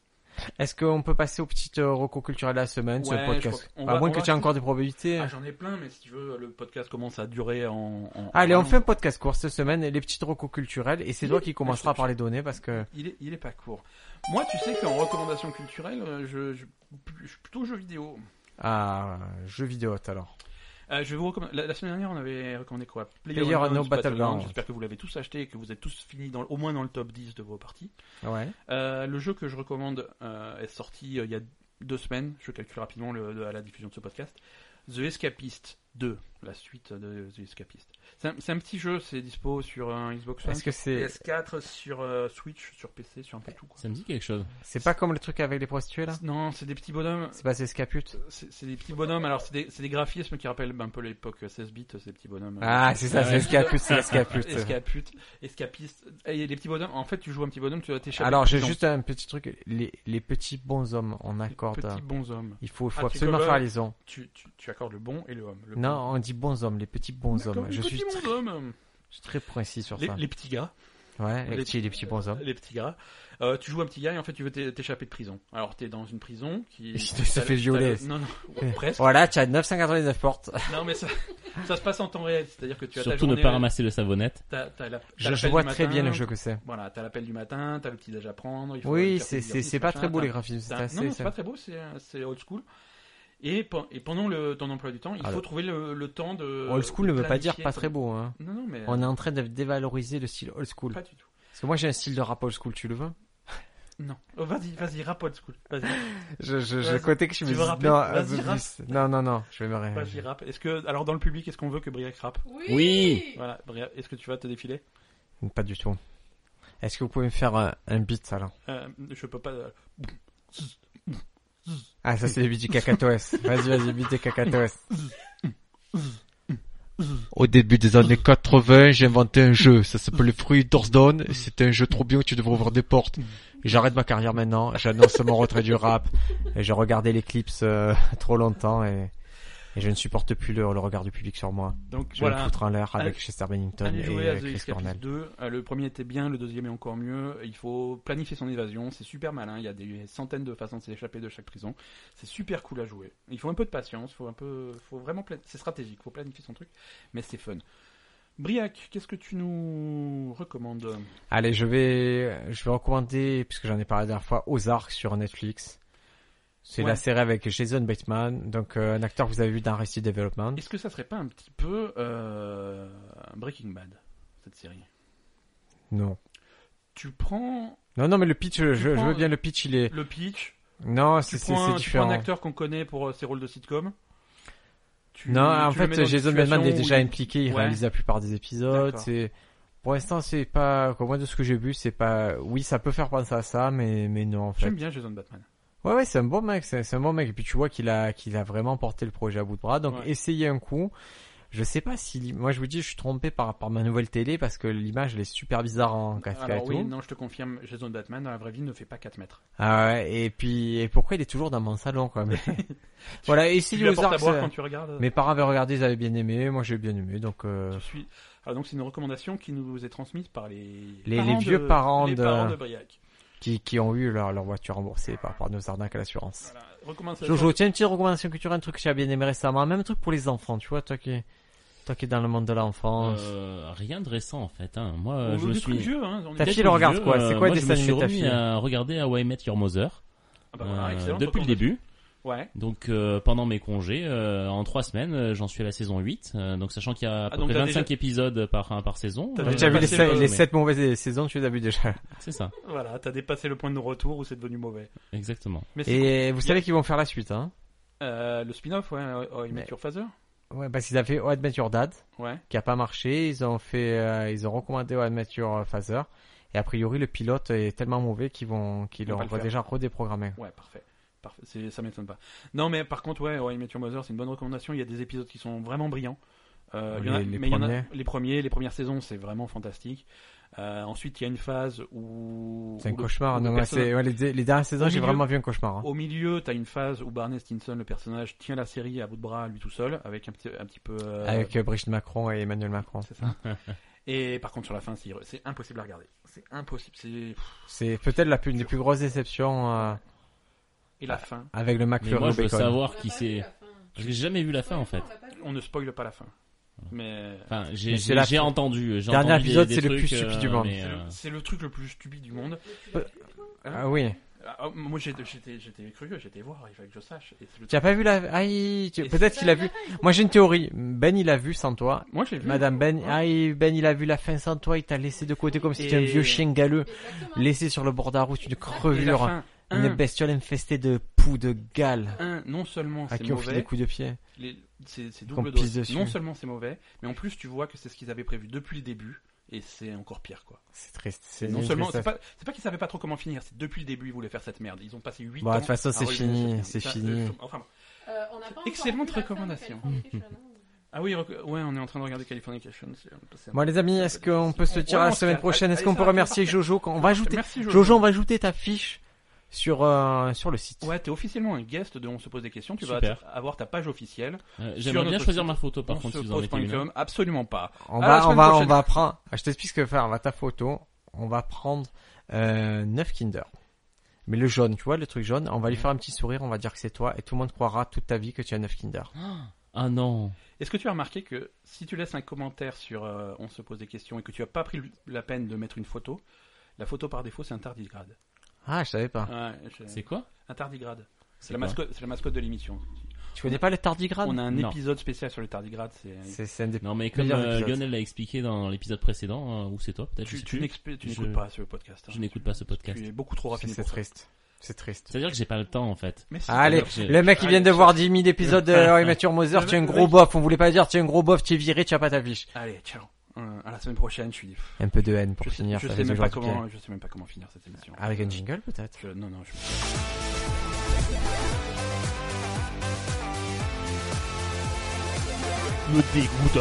S2: Est-ce qu'on peut passer aux petites euh, recos culturelles de la semaine, ce
S1: Ouais,
S2: podcast?
S1: je crois qu'on
S2: à
S1: va-
S2: moins
S1: on
S2: que
S1: va-
S2: tu aies encore des probabilités. hein.
S1: Ah, j'en ai plein, mais si tu veux, le podcast commence à durer en. en-
S2: Allez,
S1: en-
S2: on fait un podcast court cette semaine, les petites recos culturelles, et c'est toi qui commencera par les donner parce que,
S1: Il est, il est pas court. Moi, tu sais qu'en recommandation culturelle, euh, je, je, je suis plutôt jeux vidéo.
S2: ah, jeu vidéo tout à l'heure.
S1: Euh, je vais vous recommande- la, la semaine dernière, on avait recommandé quoi
S2: Player Unknown's
S1: Unknown's
S2: Battleground.
S1: J'espère que vous l'avez tous acheté et que vous êtes tous finis dans, au moins dans le top 10 de vos parties.
S2: Ouais.
S1: Euh, le jeu que je recommande euh, est sorti euh, il y a deux semaines. Je calcule rapidement le- le- à la diffusion de ce podcast. The Escapist 2, la suite de The Escapist. C'est un, c'est un petit jeu, c'est dispo sur un Xbox One,
S2: Est-ce que Eh, c'est,
S1: PS4, sur euh, Switch, sur PC, sur un peu tout. Quoi.
S4: Ça me dit quelque chose.
S2: c'est pas comme le truc avec les prostituées là?
S1: Non, c'est des petits bonhommes.
S2: C'est pas ces scaputes?
S1: C'est c'est des petits bonhommes. Alors, c'est des, c'est des graphismes qui rappellent un peu l'époque 16 bits, ces petits bonhommes. Euh,
S2: Ah, c'est ça, c'est
S4: Ouais.
S2: escapute, c'est escapute.
S1: Escapute, escapiste. Et les petits bonhommes, en fait, tu joues un petit bonhomme, tu dois t'échapper.
S2: Alors, j'ai
S1: Ils ont
S2: juste un petit truc, les, les petits bonshommes, on
S1: des
S2: accorde,
S1: Petits bonshommes.
S2: il faut, il faut
S1: Ah, tu
S2: absolument
S1: colles.
S2: faire les liaison.
S1: Tu, tu, tu accordes le bon et le homme. Le
S2: Non, on dit bonshommes, les petits bonshommes.
S1: D'accord,
S2: Je
S1: les
S2: suis
S1: petits
S2: très,
S1: bonshommes.
S2: je suis très précis sur
S1: Les,
S2: ça.
S1: les petits gars,
S2: Ouais, les
S1: les-
S2: petits, les petits bonshommes.
S1: les petits gars. Euh, tu joues un petit gars et en fait tu veux t'é- t'échapper de prison. Alors t'es dans une prison qui.
S2: Il se fait
S1: t'as le-
S2: violer. Oh.
S1: t'as le- Non non, ouais, presque.
S2: Voilà, tu as 999 portes.
S1: Non mais ça, ça se passe en temps réel, c'est-à-dire que tu as ta
S4: Surtout
S1: journée. euh,
S4: ne pas ramasser le savonnette.
S1: t'as- t'as la- t'as
S2: Je,
S1: l'appel
S2: je vois
S1: du
S2: très
S1: matin,
S2: bien le jeu que c'est.
S1: Voilà, t'as l'appel du matin, t'as le petit déj à prendre. il faut aller
S2: Oui,
S1: faire tes
S2: c'est c'est
S1: exercices,
S2: c'est pas
S1: machin,
S2: très beau
S1: t'as-
S2: les graphismes, c'est
S1: t'as-
S2: assez.
S1: Non, non,
S2: c'est-
S1: c'est pas très beau, c'est euh, c'est old school. Et, pe- et pendant le, ton emploi du temps, il
S2: Alors,
S1: faut trouver le, le temps de.
S2: Old school ne veut pas dire
S1: planifier
S2: pas
S1: ton-
S2: très beau. Hein.
S1: Non, non, mais.
S2: On est en train de dévaloriser le style old school.
S1: Pas du tout.
S2: Parce que moi j'ai un style de rap old school, tu le veux
S1: Non. Oh, vas-y, vas-y, rap old school. Vas-y.
S2: Euh. Je, je,
S1: Vas-y.
S2: côté que je
S1: Tu veux rapper
S2: non, un
S1: Vas-y,
S2: peu
S1: rappe.
S2: plus. non, non, non, je vais me ré-
S1: Vas-y, rap. Est-ce que, alors dans le public, est-ce qu'on veut que Briac rappe
S3: Oui.
S4: Oui.
S1: Voilà, Briac, est-ce que tu vas te défiler
S2: Pas du tout. Est-ce que vous pouvez me faire euh, un beat alors
S1: Euh, Je peux pas. euh,
S2: Ah, ça c'est le beat du Kakatoès. Vas-y, vas-y, beat du Kakatoès. Au début des années 80, j'ai inventé un jeu. Ça s'appelle Fruit Dorsdon. C'était un jeu trop bien où tu devrais ouvrir des portes. J'arrête ma carrière maintenant. J'annonce mon retrait du rap. Et j'ai regardé l'Eclipse euh, trop longtemps et, et je ne supporte plus le, le regard du public sur moi.
S1: Donc
S2: Je vais me
S1: voilà.
S2: foutre en l'air avec
S1: Allez-
S2: Chester Bennington
S1: Allez jouer
S2: et
S1: à
S2: euh,
S1: The
S2: Chris
S1: Escapist
S2: Cornell.
S1: 2. Euh, Le premier était bien, le deuxième est encore mieux. Il faut planifier son évasion. C'est super malin. Il y a des centaines de façons de s'échapper de chaque prison. C'est super cool à jouer. Il faut un peu de patience. Faut un peu, faut vraiment, pla- c'est stratégique. Faut planifier son truc, mais c'est fun. Briac, qu'est-ce que tu nous recommandes
S2: Allez, je vais, je vais recommander, puisque j'en ai parlé la dernière fois, Ozark sur Netflix. C'est
S1: Ouais.
S2: la série avec Jason Bateman, donc euh, un acteur que vous avez vu dans Arrested Development.
S1: Est-ce que ça serait pas un petit peu euh, Breaking Bad cette série
S2: Non.
S1: Tu prends
S2: Non, non, mais le pitch, je, je
S1: prends-
S2: veux bien le pitch, il est...
S1: le pitch,
S2: Non,
S1: tu
S2: c'est c'est-
S1: prends,
S2: c'est
S1: un, tu prends
S2: différent.
S1: un acteur qu'on connaît pour euh, ses rôles de sitcom. tu-
S2: Non, en
S1: tu le mets dans
S2: fait,
S1: une
S2: Jason
S1: situation
S2: Bateman est
S1: où
S2: déjà
S1: il-
S2: impliqué, il
S1: Ouais.
S2: réalise la plupart des épisodes.
S1: D'accord.
S2: C'est pour l'instant, c'est pas, au moins de ce que j'ai vu, c'est pas. Oui, ça peut faire penser à ça, mais mais non en fait.
S1: J'aime bien Jason Batman.
S2: Ouais, ouais, c'est un bon mec, c'est c'est un bon mec. Et puis tu vois qu'il a, qu'il a vraiment porté le projet à bout de bras. Donc
S1: Ouais.
S2: essayez un coup. Je sais pas si, moi je vous dis, je suis trompé par, par ma nouvelle télé parce que l'image elle est super bizarre en 4K et
S1: Alors
S2: tout.
S1: oui, non, je te confirme, Jason Batman dans la vraie vie ne fait pas 4 mètres.
S2: Ah ouais, et puis, et pourquoi il est toujours dans mon salon quoi mais- Voilà,
S1: Tu
S2: essayez
S1: lui
S2: aux
S1: apportes à
S2: arcs.
S1: boire
S2: ça-
S1: quand tu regardes.
S2: Mes parents avaient regardé, ils avaient bien aimé, moi j'ai bien aimé, donc euh,
S1: Je suis... Alors donc c'est une recommandation qui nous est transmise par les
S2: Les-
S1: parents
S2: les vieux
S1: de-
S2: parents
S1: les
S2: de-
S1: parents de Briac.
S2: qui, qui ont eu leur, leur voiture remboursée par rapport à nos arnaques à l'assurance.
S1: Voilà. Recommandation.
S2: Jojo, tiens, une petite recommandation culturelle, un truc que j'ai bien aimé récemment, même truc pour les enfants, tu vois, toi qui, toi qui es dans le monde de l'enfance.
S4: Euh, rien de récent en fait. Hein. Moi,
S1: On
S4: euh, je
S1: veut
S4: me
S1: des trucs
S4: suis.
S1: vieux, hein, on est
S2: Ta
S1: peut-être-
S2: fille
S4: le
S2: le regarde quoi C'est quoi le
S4: euh,
S2: dessin
S4: moi, Je me
S2: animé
S4: suis
S2: de ta
S4: remis
S2: fille
S4: à regarder How I Met Your Mother
S1: Ah bah voilà,
S4: euh,
S1: excellente
S4: depuis le
S1: recommandation.
S4: début.
S1: Ouais.
S4: Donc euh, pendant mes congés, euh, en trois semaines, euh, j'en suis à la saison 8. euh, donc sachant qu'il y a à
S1: Ah,
S4: peu
S1: donc
S4: près
S1: t'as
S4: 25 épisodes par, hein, par saison.
S1: T'as
S2: T'as
S4: euh,
S2: déjà vu les,
S1: passé
S2: sept-
S1: le-
S2: les 7 mauvaises saisons, tu les as vu déjà.
S4: C'est ça,
S1: Voilà, t'as dépassé le point de retour où c'est devenu mauvais.
S4: exactement.
S1: Mais c'est
S2: Et vous savez qu'ils vont faire la suite, hein
S1: euh, le spin-off, ouais, oh, il met
S2: Mais-
S1: sur Phaser.
S2: Ouais, parce qu'ils avaient How I Met Your Dad,
S1: Ouais.
S2: qui a pas marché, ils ont fait, euh, ils ont recommandé How I Met Your Father, et a priori le pilote est tellement mauvais qu'ils vont, qu'ils
S1: Ils vont pas
S2: l'ont
S1: le faire.
S2: déjà redéprogrammé.
S1: Ouais, parfait. Parfait. C'est- Ça m'étonne pas. Non, mais par contre, ouais, ouais, I Met Your Mother, c'est une bonne recommandation. Il y a des épisodes qui sont vraiment brillants. Euh, il y en a-
S2: Les- les
S1: mais il y en a-
S2: premiers.
S1: les premiers, les premières saisons, c'est vraiment fantastique. Euh, ensuite, il y a une phase où.
S2: C'est un
S1: où le-
S2: cauchemar.
S1: où le
S2: Non,
S1: perso-
S2: c'est- ouais, les, les dernières saisons,
S1: Au
S2: j'ai
S1: milieu-
S2: vraiment vu un cauchemar. hein.
S1: Au milieu, t'as une phase où Barney Stinson, le personnage, tient la série à bout de bras lui tout seul, avec un petit, un petit peu. euh,
S2: Avec euh, Brigitte Macron et Emmanuel Macron.
S1: C'est ça. Et par contre, sur la fin, c'est c'est impossible à regarder. C'est impossible. C'est
S2: C'est peut-être la plus, une des plus grosses déceptions euh,
S1: et
S2: Ah.
S1: la fin.
S2: avec le
S4: Mais
S2: McFlurry
S4: moi,
S2: au
S4: je veux
S2: bacon.
S4: savoir
S3: On l'a
S4: qui
S3: pas vu,
S4: c'est.
S3: la fin.
S4: J'ai jamais vu la fin en fait.
S3: Ouais, on l'a pas vu.
S1: On ne spoile pas la fin. Mais
S4: Enfin,
S2: Mais
S4: j'ai
S2: c'est la
S4: j'ai
S2: fin.
S4: entendu. j'ai
S2: Dernier
S4: entendu des-
S2: épisode,
S4: des
S2: c'est le
S4: trucs,
S2: plus stupide du
S4: euh,
S2: monde.
S4: mais,
S1: c'est
S4: euh,
S1: le- c'est le, truc le plus stupide du monde.
S2: Ah oui.
S1: Ah, moi, j'étais- j'étais j'étais curieux, j'étais voir, il fallait que je sache. Et c'est le
S2: Tu as pas vu la... Aïe, tu-
S1: Et
S2: peut-être qu'il a vu... Moi j'ai une théorie. Ben il a vu sans toi.
S1: Moi, j'ai vu.
S2: Madame Ben, aïe, Ben il a vu la fin sans toi, il t'a laissé de côté comme si tu étais un
S1: Et-
S2: vieux chien galeux.
S3: Exactement.
S2: Laissé sur le bord de la route, une
S1: Et la
S2: crevure,
S1: fin, hein.
S2: une
S1: un,
S2: bestiole infestée de poux, de gale,
S1: un, non seulement
S2: à
S1: Ah, c'est
S2: qui on file des
S1: mauvais,
S2: coups de pied.
S1: les- c'est c'est
S2: Qu'on
S1: double
S2: pisse
S1: dose.
S2: dessus.
S1: Non seulement c'est mauvais, mais en plus tu vois que c'est ce qu'ils avaient prévu depuis le début, et c'est encore pire quoi.
S2: C'est triste. C'est
S1: Non
S2: une
S1: seulement, c'est
S2: tristesse.
S1: pas, c'est pas qu'ils savaient pas trop comment finir, c'est depuis le début ils voulaient faire cette merde. Ils ont passé 8
S2: Bon,
S1: ans.
S2: de toute façon,
S1: à
S2: c'est
S1: relever
S2: fini,
S1: cette merde.
S2: c'est
S1: Ça,
S2: fini.
S1: euh, enfin, bon.
S3: Euh, on n'a pas encore
S1: Excellente
S3: vu la fin de
S1: recommandation.
S3: Californication, hein.
S1: ah oui, rec- ouais, on est en train de regarder Californication. c'est- c'est-
S2: Bon les amis, est-ce qu'on peut se dire à
S1: Ouais,
S2: la
S1: on se
S2: semaine
S1: calme.
S2: prochaine Est-ce
S1: Allez,
S2: qu'on
S1: ça
S2: peut
S1: va,
S2: remercier Jojo quand on va ajouter
S1: Merci Jojo.
S2: Jojo, on va ajouter ta fiche sur euh, sur le site.
S1: Ouais, t'es officiellement un guest de On se pose des questions. Tu
S4: Super.
S1: vas avoir ta page officielle.
S4: euh,
S1: Sur
S4: J'aimerais bien
S1: notre
S4: choisir
S1: site,
S4: ma photo par
S1: on
S4: contre
S1: se
S4: si vous en mettez une.
S1: pose.com, absolument pas.
S2: On
S1: À la
S2: va on
S1: semaine
S2: va on
S1: prochaine.
S2: va prendre. ah, Je t'explique ce que faire. On va ta photo. On va prendre euh, 9 Kinder. Mais le jaune, tu vois, le truc jaune, on va lui faire un petit sourire, on va dire que c'est toi, et tout le monde croira toute ta vie que tu as 9 Kinder.
S1: Hein
S4: Ah non.
S1: Est-ce que tu as remarqué que si tu laisses un commentaire sur euh, On se pose des questions et que tu as pas pris le- la peine de mettre une photo, la photo par défaut c'est un tardigrade.
S2: Ah, je savais pas.
S1: Ouais, je-
S4: C'est quoi
S1: un tardigrade. C'est la,
S4: quoi
S1: mascotte- c'est la mascotte de l'émission.
S2: Tu connais pas le tardigrade
S1: On a un
S4: Non.
S1: épisode spécial sur le tardigrade. C'est...
S2: C'est c'est un des...
S4: Non mais comme
S2: Meilleur
S4: euh,
S2: épisode.
S4: Lionel l'a expliqué dans l'épisode précédent, euh, ou c'est toi peut-être, je
S1: Tu,
S4: sais
S1: tu
S4: plus.
S1: n'exp- tu
S4: Je-
S1: n'écoutes pas ce podcast. hein.
S4: Je n'écoute pas ce podcast.
S1: Tu es beaucoup Oh, trop
S2: c'est-
S1: raffiné
S2: C'est
S1: pour ça.
S2: triste. C'est triste.
S4: C'est-à-dire que j'ai pas le temps en fait.
S1: Mais si,
S2: Allez,
S1: d'ailleurs,
S4: j'ai-
S2: le mec il vient de
S1: Allez,
S2: voir 10 000 épisodes de How I Met Your Mother,
S1: Le
S2: tu es un
S1: mec-
S2: gros
S1: le mec-
S2: bof, on voulait pas dire tu es un gros bof, tu es viré, tu as pas ta fiche.
S1: Allez, ciao. Euh, à la semaine prochaine, je suis.
S2: Un peu de haine pour
S1: je sais-
S2: finir.
S1: je
S2: ça
S1: sais
S2: fait
S1: même
S2: toujours
S1: pas
S2: du bien.
S1: comment, je sais même pas comment finir cette émission.
S2: Avec un jingle peut-être
S1: Je- non, non, je...
S5: Me dégoûte.